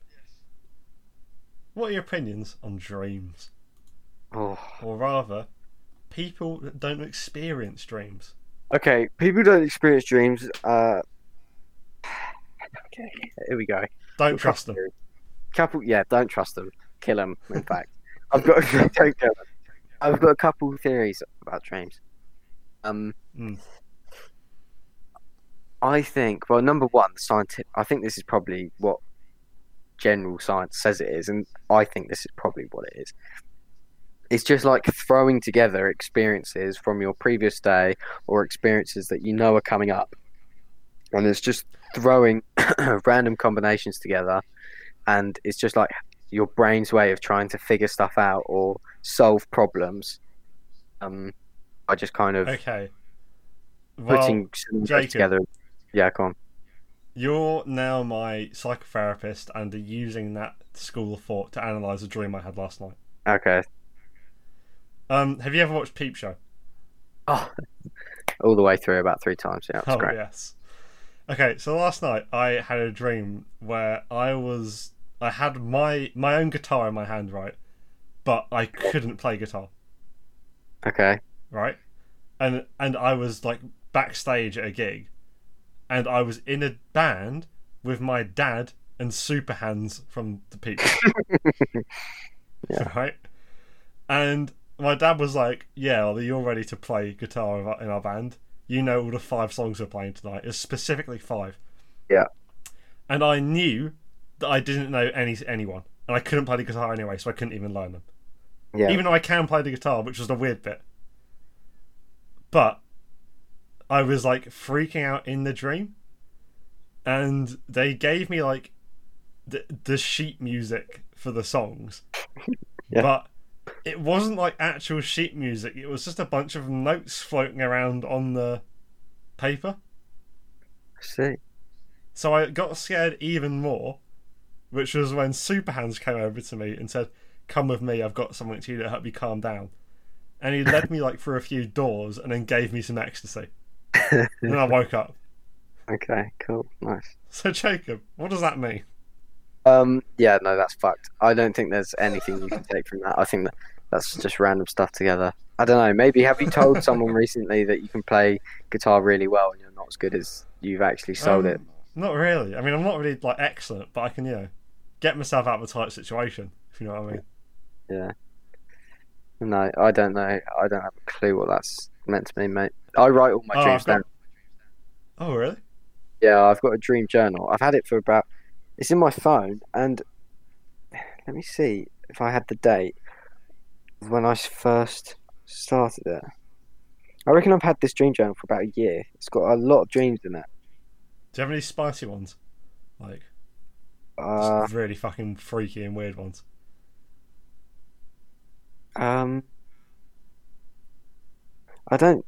Speaker 2: What are your opinions on dreams?
Speaker 3: Oh.
Speaker 2: Or rather, people that don't experience dreams?
Speaker 3: Okay, people don't experience dreams. Uh. Okay, here we go.
Speaker 2: Don't trust them.
Speaker 3: Couple, yeah, don't trust them. Kill them. In fact, I've got don't kill 'em. I've got a couple theories about dreams. Um,
Speaker 2: Mm.
Speaker 3: I think well, number one, the scientific. I think this is probably what general science says it is, and I think this is probably what it is. It's just like throwing together experiences from your previous day or experiences that you know are coming up, and it's just throwing random combinations together, and it's just like your brain's way of trying to figure stuff out or solve problems. Um, I just kind of
Speaker 2: Okay. Well,
Speaker 3: putting some of those
Speaker 2: Jacob.
Speaker 3: together. Yeah, come on.
Speaker 2: you're now my psychotherapist and are using that school of thought to analyze a dream I had last night.
Speaker 3: Okay.
Speaker 2: Um, have you ever watched Peep Show?
Speaker 3: Oh, all the way through about three times. Yeah, that's
Speaker 2: oh
Speaker 3: great.
Speaker 2: yes. Okay, so last night I had a dream where I was I had my my own guitar in my hand, right? But I couldn't play guitar,
Speaker 3: Okay.
Speaker 2: right? And and I was like backstage at a gig and I was in a band with my dad and Superhands from the Peep.
Speaker 3: Yeah.
Speaker 2: Right? And my dad was like, "Yeah, Ollie, you're ready to play guitar in our- in our band." you know all the five songs we're playing tonight. It's specifically five.
Speaker 3: Yeah.
Speaker 2: And I knew that I didn't know any anyone, and I couldn't play the guitar anyway, so I couldn't even learn them.
Speaker 3: Yeah.
Speaker 2: Even though I can play the guitar, which was the weird bit. But I was like freaking out in the dream, and they gave me like the, the sheet music for the songs,
Speaker 3: Yeah.
Speaker 2: but it wasn't like actual sheet music. It was just a bunch of notes floating around on the paper.
Speaker 3: See.
Speaker 2: So I got scared even more, which was when Superhands came over to me and said, "Come with me. I've got something to you to help you calm down." And he led me like through a few doors and then gave me some ecstasy. and then I woke up.
Speaker 3: Okay. Cool. Nice.
Speaker 2: So Jacob, what does that mean?
Speaker 3: Um. Yeah. No, that's fucked. I don't think there's anything you can take from that. I think that that's just random stuff together. I don't know. Maybe have you told someone recently that you can play guitar really well and you're not as good as you've actually sold
Speaker 2: Um,
Speaker 3: it?
Speaker 2: Not really. I mean, I'm not really like excellent, but I can you know get myself out of a tight situation. If you know what I mean.
Speaker 3: No, I don't know. I don't have a clue what that's meant to mean, mate. I write all my
Speaker 2: Oh,
Speaker 3: dreams
Speaker 2: I've got-
Speaker 3: down.
Speaker 2: Oh really?
Speaker 3: Yeah, I've got a dream journal. I've had it for about. It's in my phone, and let me see if I had the date of when I s- first started it. I reckon I've had this dream journal for about a year. It's got a lot of dreams in it.
Speaker 2: Do you have any spicy ones? Like just
Speaker 3: Uh,
Speaker 2: really fucking freaky and weird ones.
Speaker 3: um, I don't.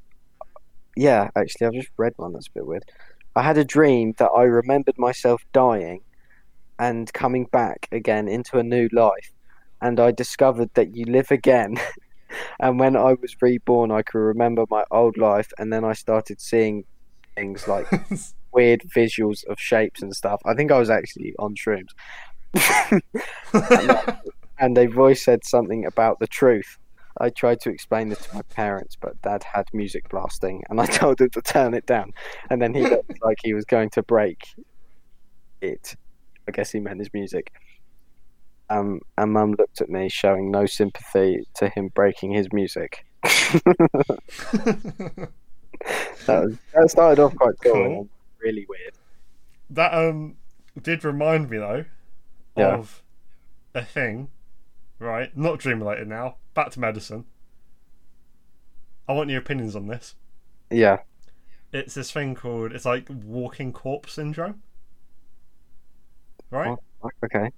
Speaker 3: Yeah, actually, I've just read one that's a bit weird. I had a dream that I remembered myself dying and coming back again into a new life, and I discovered that you live again. and when I was reborn, I could remember my old life, and then I started seeing things like weird visuals of shapes and stuff. I think I was actually on shrooms. and a voice said something about the truth. I tried to explain this to my parents, but dad had music blasting and I told him to turn it down. And then he looked like he was going to break it. I guess he meant his music. Um, and mum looked at me, showing no sympathy to him breaking his music. that, was, that started off quite cool, and
Speaker 2: Cool.
Speaker 3: then really weird.
Speaker 2: That um did remind me though
Speaker 3: Yeah.
Speaker 2: of a thing, right? Not dream related now. Back to medicine. I want your opinions on this.
Speaker 3: Yeah.
Speaker 2: It's this thing called it's like walking corpse syndrome. Right?
Speaker 3: What? Okay.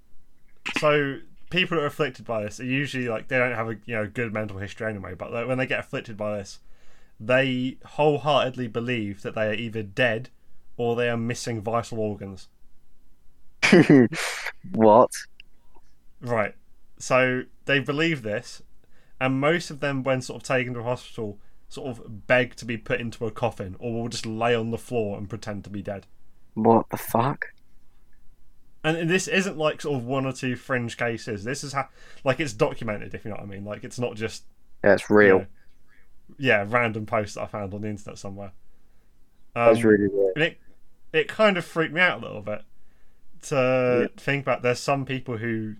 Speaker 2: So people that are afflicted by this are usually like they don't have a you know good mental history anyway, but like, when they get afflicted by this, they wholeheartedly believe that they are either dead or they are missing vital organs.
Speaker 3: what?
Speaker 2: Right. So they believe this, and most of them, when sort of taken to a hospital, sort of beg to be put into a coffin or will just lay on the floor and pretend to be dead.
Speaker 3: What the fuck?
Speaker 2: And this isn't like sort of one or two fringe cases. This is how, like, it's documented, if you know what I mean. Like, it's not just,
Speaker 3: Yeah, it's real.
Speaker 2: Yeah. yeah, random posts that I found on the internet somewhere. Um,
Speaker 3: That's really weird.
Speaker 2: and it it kind of freaked me out a little bit to think about there's some people who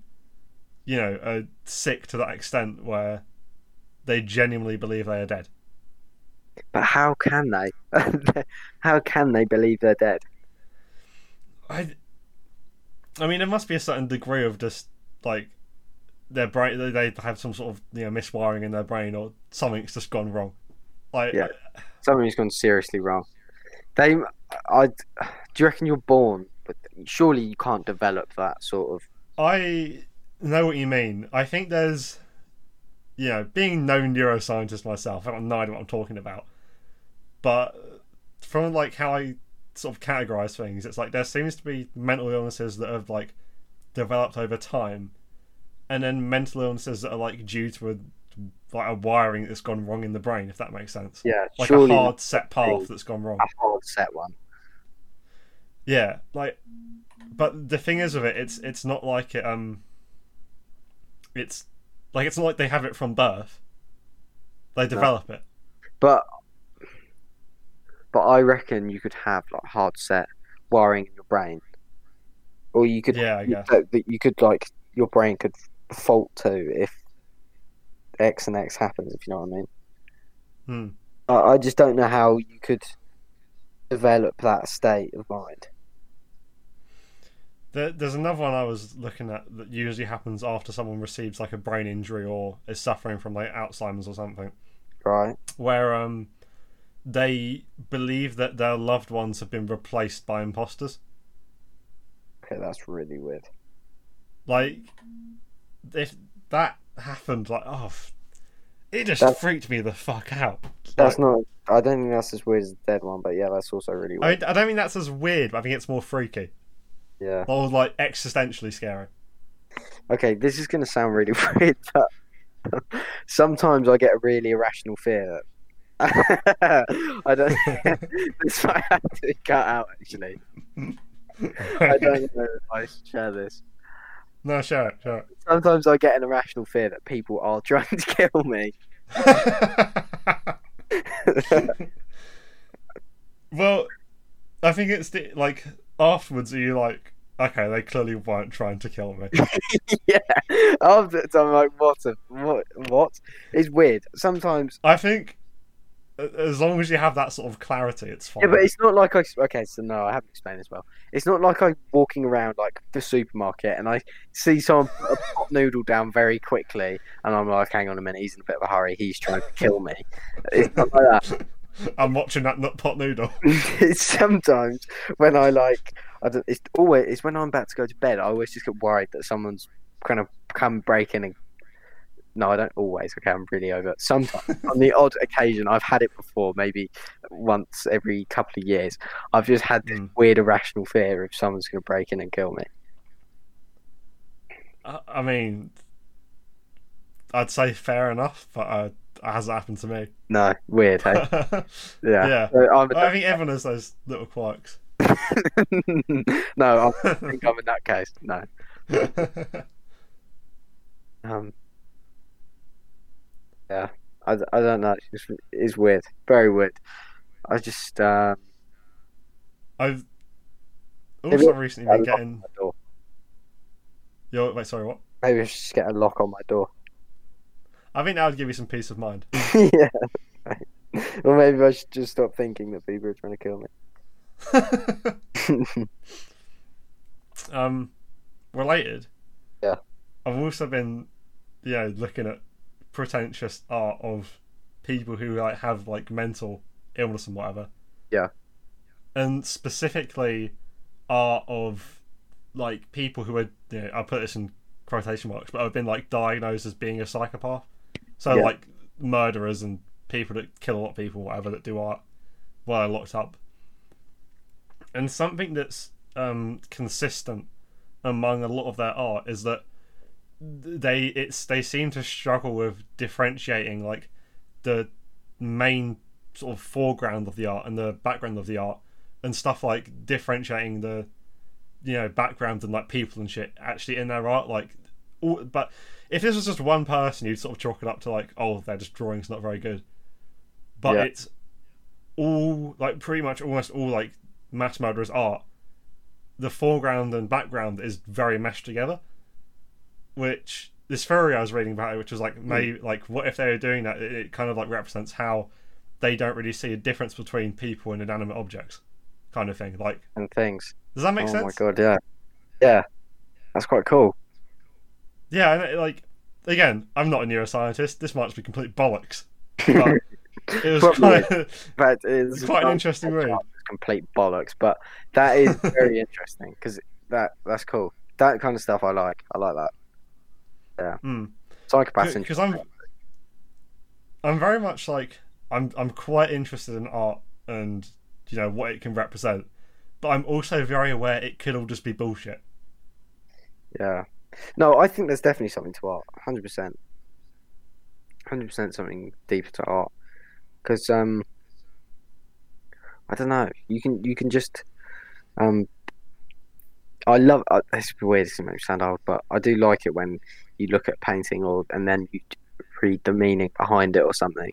Speaker 2: you know are sick to that extent where they genuinely believe they are dead
Speaker 3: But how can they? how can they believe they're dead?
Speaker 2: i I mean, there must be a certain degree of just like their brain. they- They have some sort of you know miswiring in their brain, or something's just gone wrong. Like,
Speaker 3: Yeah. Something's gone seriously wrong. They, I, do you reckon you're born? But surely you can't develop that sort of.
Speaker 2: I know what you mean. I think there's, you know, being no neuroscientist myself, I've got no idea what I'm talking about. But from like how I sort of categorize things, it's like there seems to be mental illnesses that have like developed over time, and then mental illnesses that are like due to a like a wiring that's gone wrong in the brain, if that makes sense.
Speaker 3: Yeah,
Speaker 2: Like
Speaker 3: surely
Speaker 2: a hard set path that's gone wrong.
Speaker 3: a hard set one.
Speaker 2: Yeah, like, but the thing is with it, it's it's not like it. Um, it's like it's not like they have it from birth. They develop it.
Speaker 3: But but I reckon you could have like hard set wiring in your brain, or you could
Speaker 2: Yeah, I guess.
Speaker 3: that that you could like your brain could fault to if X and X happens. If you know what I mean.
Speaker 2: Hmm.
Speaker 3: I, I just don't know how you could develop that state of mind.
Speaker 2: There, there's another one I was looking at that usually happens after someone receives like a brain injury or is suffering from like Alzheimer's or something.
Speaker 3: Right.
Speaker 2: where um they believe that their loved ones have been replaced by imposters.
Speaker 3: Okay, that's really weird.
Speaker 2: Like if that happened, like oh, f- it just
Speaker 3: That's-
Speaker 2: freaked me the fuck out.
Speaker 3: That's not. I don't think that's as weird as the dead one, but yeah, that's also really
Speaker 2: I
Speaker 3: weird.
Speaker 2: mean, I don't think that's as weird, but I think it's more freaky
Speaker 3: Yeah.
Speaker 2: or like existentially scary.
Speaker 3: Okay, this is going to sound really weird, but sometimes I get a really irrational fear. I don't. this might have to be cut out. Actually, I don't know if I should share this.
Speaker 2: no, share it, share
Speaker 3: Sometimes I get an irrational fear that people are trying to kill me.
Speaker 2: it. well, I think it's the, like afterwards, are you like, okay, they clearly weren't trying to kill me.
Speaker 3: yeah, after I'm like, what? A, what? What? It's weird. Sometimes
Speaker 2: I think a- as long as you have that sort of clarity, it's fine.
Speaker 3: Yeah, but it's not like I. Okay, so no, I haven't explained this well. It's not like I'm walking around like the supermarket and I see someone put a pot noodle down very quickly, and I'm like, hang on a minute, he's in a bit of a hurry, he's trying to kill me. It's not like that.
Speaker 2: I'm watching that nut pot noodle.
Speaker 3: It's sometimes when I like, I don't, it's always it's when I'm about to go to bed. I always just get worried that someone's going to come break in and. No, I don't always. Okay, I'm really over. it. Sometimes, on the odd occasion, I've had it before. Maybe once every couple of years, I've just had this
Speaker 2: Mm.
Speaker 3: weird irrational fear if someone's going to break in and kill me.
Speaker 2: I, I mean, I'd say fair enough, but uh, it hasn't happened to me.
Speaker 3: No, weird. Hey?
Speaker 2: yeah.
Speaker 3: Yeah. So I'm
Speaker 2: I think everyone has those little quirks.
Speaker 3: no, I think I'm in that case. No. Um. Yeah, I, d- I don't know. It's, it's weird. Very weird. I just um.
Speaker 2: I've
Speaker 3: Maybe-
Speaker 2: also recently been
Speaker 3: I lock
Speaker 2: getting.
Speaker 3: my door.
Speaker 2: Yo, wait, sorry, what?
Speaker 3: Maybe I should just get a lock on my door.
Speaker 2: I think that would give you some peace of mind.
Speaker 3: yeah. Or maybe I should just stop thinking that people are trying to kill me.
Speaker 2: um, related.
Speaker 3: Yeah.
Speaker 2: I've also been, you know, looking at pretentious art of people who like have like mental illness and whatever.
Speaker 3: Yeah.
Speaker 2: And specifically, art of like people who are, you know, I put this in quotation marks, but have been like diagnosed as being a psychopath. So
Speaker 3: Yeah.
Speaker 2: like murderers and people that kill a lot of people, whatever that do art, while they're locked up and something that's um, consistent among a lot of their art is that they it's they seem to struggle with differentiating like the main sort of foreground of the art and the background of the art and stuff like differentiating the you know background and like people and shit actually in their art like all, but if this was just one person you'd sort of chalk it up to like oh they're just drawing's not very good but
Speaker 3: Yeah.
Speaker 2: it's all like pretty much almost all like mass murderers art the foreground and background is very meshed together which this theory I was reading about it, which was like
Speaker 3: Hmm.
Speaker 2: maybe like what if they were doing that? It, it kind of like represents how they don't really see a difference between people and inanimate objects, kind of thing. Like,
Speaker 3: And things.
Speaker 2: does that make
Speaker 3: oh
Speaker 2: sense?
Speaker 3: my god, yeah. Yeah. That's quite cool.
Speaker 2: Yeah, and it, like again, I'm not a neuroscientist. This might just be complete bollocks. But it was
Speaker 3: Probably.
Speaker 2: quite, it's
Speaker 3: But it's
Speaker 2: quite an interesting read.
Speaker 3: complete bollocks, but that is very interesting because that that's cool. That kind of stuff I like. I like that.
Speaker 2: Hmm.
Speaker 3: Psychopaths.
Speaker 2: Because I'm, I'm very much like I'm. I'm quite interested in art and you know what it can represent, but I'm also very aware it could all just be bullshit.
Speaker 3: Yeah. No, I think there's definitely something to art. Hundred percent. Hundred percent something deeper to art. Because um, I don't know. You can you can just um, I love. Uh, it's weird. It's gonna make me sound old, but I do like it when you look at painting or and then you read the meaning behind it or something,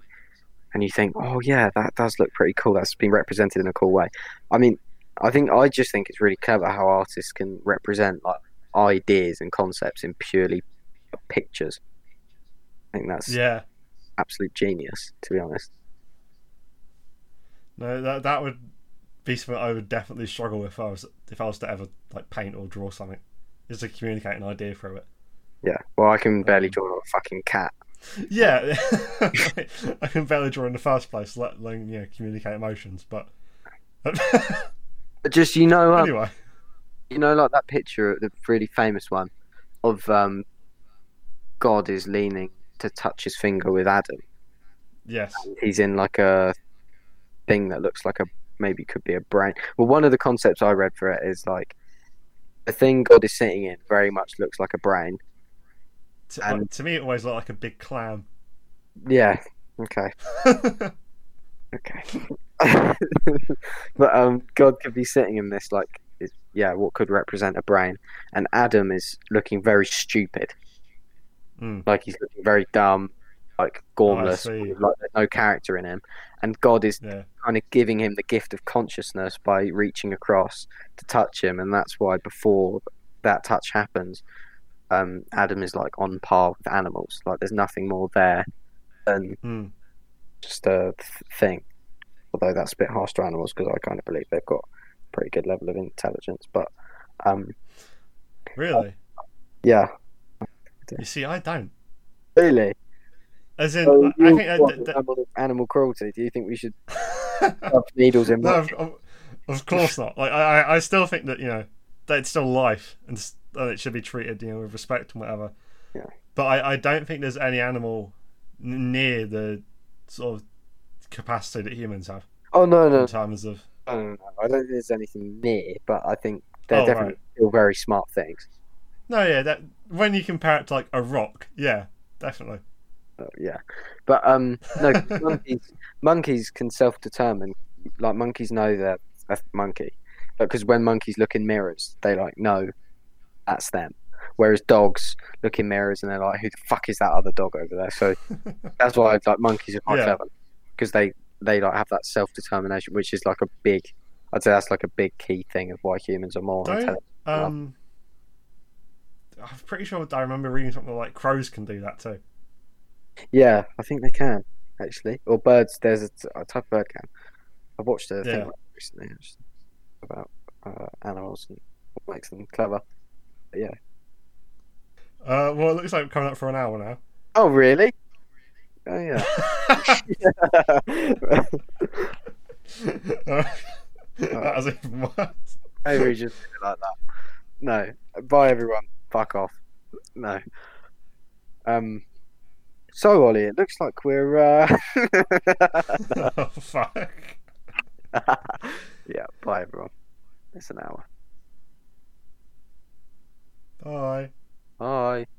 Speaker 3: and you think, oh yeah, that does look pretty cool. That's been represented in a cool way. I mean, I think I just think it's really clever how artists can represent like ideas and concepts in purely pictures. I think that's
Speaker 2: Yeah.
Speaker 3: absolute genius, to be honest.
Speaker 2: No, that that would be something I would definitely struggle with if I was if I was to ever like paint or draw something, is to communicate an idea through it.
Speaker 3: Yeah. Well, I can barely draw a fucking cat.
Speaker 2: Yeah, I can barely draw in the first place, let alone you know, communicate emotions. But
Speaker 3: But just you know, um,
Speaker 2: anyway,
Speaker 3: you know, like that picture, the really famous one of um, God is leaning to touch his finger with Adam.
Speaker 2: yes,
Speaker 3: he's in like a thing that looks like a maybe could be a brain. Well, one of the concepts I read for it is like the thing God is sitting in very much looks like a brain.
Speaker 2: to,
Speaker 3: And-
Speaker 2: like, to me it always looked like a big clam.
Speaker 3: Yeah. Okay. Okay. but um, God could be sitting in this like is- yeah, what could represent a brain, and Adam is looking very stupid.
Speaker 2: Mm.
Speaker 3: Like he's looking very dumb, like gormless,
Speaker 2: see.
Speaker 3: like there's no character in him, and God is
Speaker 2: yeah,
Speaker 3: kind of giving him the gift of consciousness by reaching across to touch him, and that's why before that touch happens, um, Adam is like on par with animals. Like there's nothing more there than
Speaker 2: mm.
Speaker 3: just a th- thing. Although that's a bit harsh to animals because I kind of believe they've got a pretty good level of intelligence. But um,
Speaker 2: really.
Speaker 3: Uh, yeah,
Speaker 2: You see, I don't.
Speaker 3: really.
Speaker 2: As in,
Speaker 3: So
Speaker 2: I
Speaker 3: you're
Speaker 2: think I,
Speaker 3: what,
Speaker 2: that- that-
Speaker 3: animal, animal cruelty. Do you think we should have needles in?
Speaker 2: no,
Speaker 3: No.
Speaker 2: of, of- of course not. Like, I, I- I still think that you know that it's still life and, s- and it should be treated you know with respect and whatever.
Speaker 3: Yeah.
Speaker 2: But I, I don't think there's any animal n- near the sort of capacity that humans have
Speaker 3: Oh no, no,
Speaker 2: in terms of
Speaker 3: I don't know. I don't think there's anything near, but I think they're
Speaker 2: Oh,
Speaker 3: definitely
Speaker 2: right.
Speaker 3: still very smart things.
Speaker 2: no, yeah. That when you compare it to like a rock, yeah, definitely.
Speaker 3: Uh, yeah, but um, no, monkeys monkeys can self-determine. Like monkeys know they're a monkey, because when monkeys look in mirrors, they like know that's them. Whereas dogs look in mirrors and they're like, "Who the fuck is that other dog over there?" So that's why like monkeys are quite
Speaker 2: Yeah.
Speaker 3: clever because they they like have that self-determination, which is like a big. I'd say that's like a big key thing of why humans are more.
Speaker 2: Don't-
Speaker 3: intelligent.
Speaker 2: Um, I'm pretty sure I remember reading something like crows can do that too.
Speaker 3: Yeah, I think they can actually. Or birds. There's a, a type of bird can. I watched a
Speaker 2: Yeah.
Speaker 3: thing recently actually, about uh, animals and what makes them clever.
Speaker 2: Uh, well, it looks like we're coming up for an hour now.
Speaker 3: Oh really? Oh yeah.
Speaker 2: Uh, that was even worse.
Speaker 3: Maybe we just did it like that. No. Bye everyone. Fuck off. No. Um. So Ollie, it looks like we're. Uh...
Speaker 2: oh, fuck.
Speaker 3: yeah. Bye everyone. It's an hour.
Speaker 2: Bye.
Speaker 3: Bye.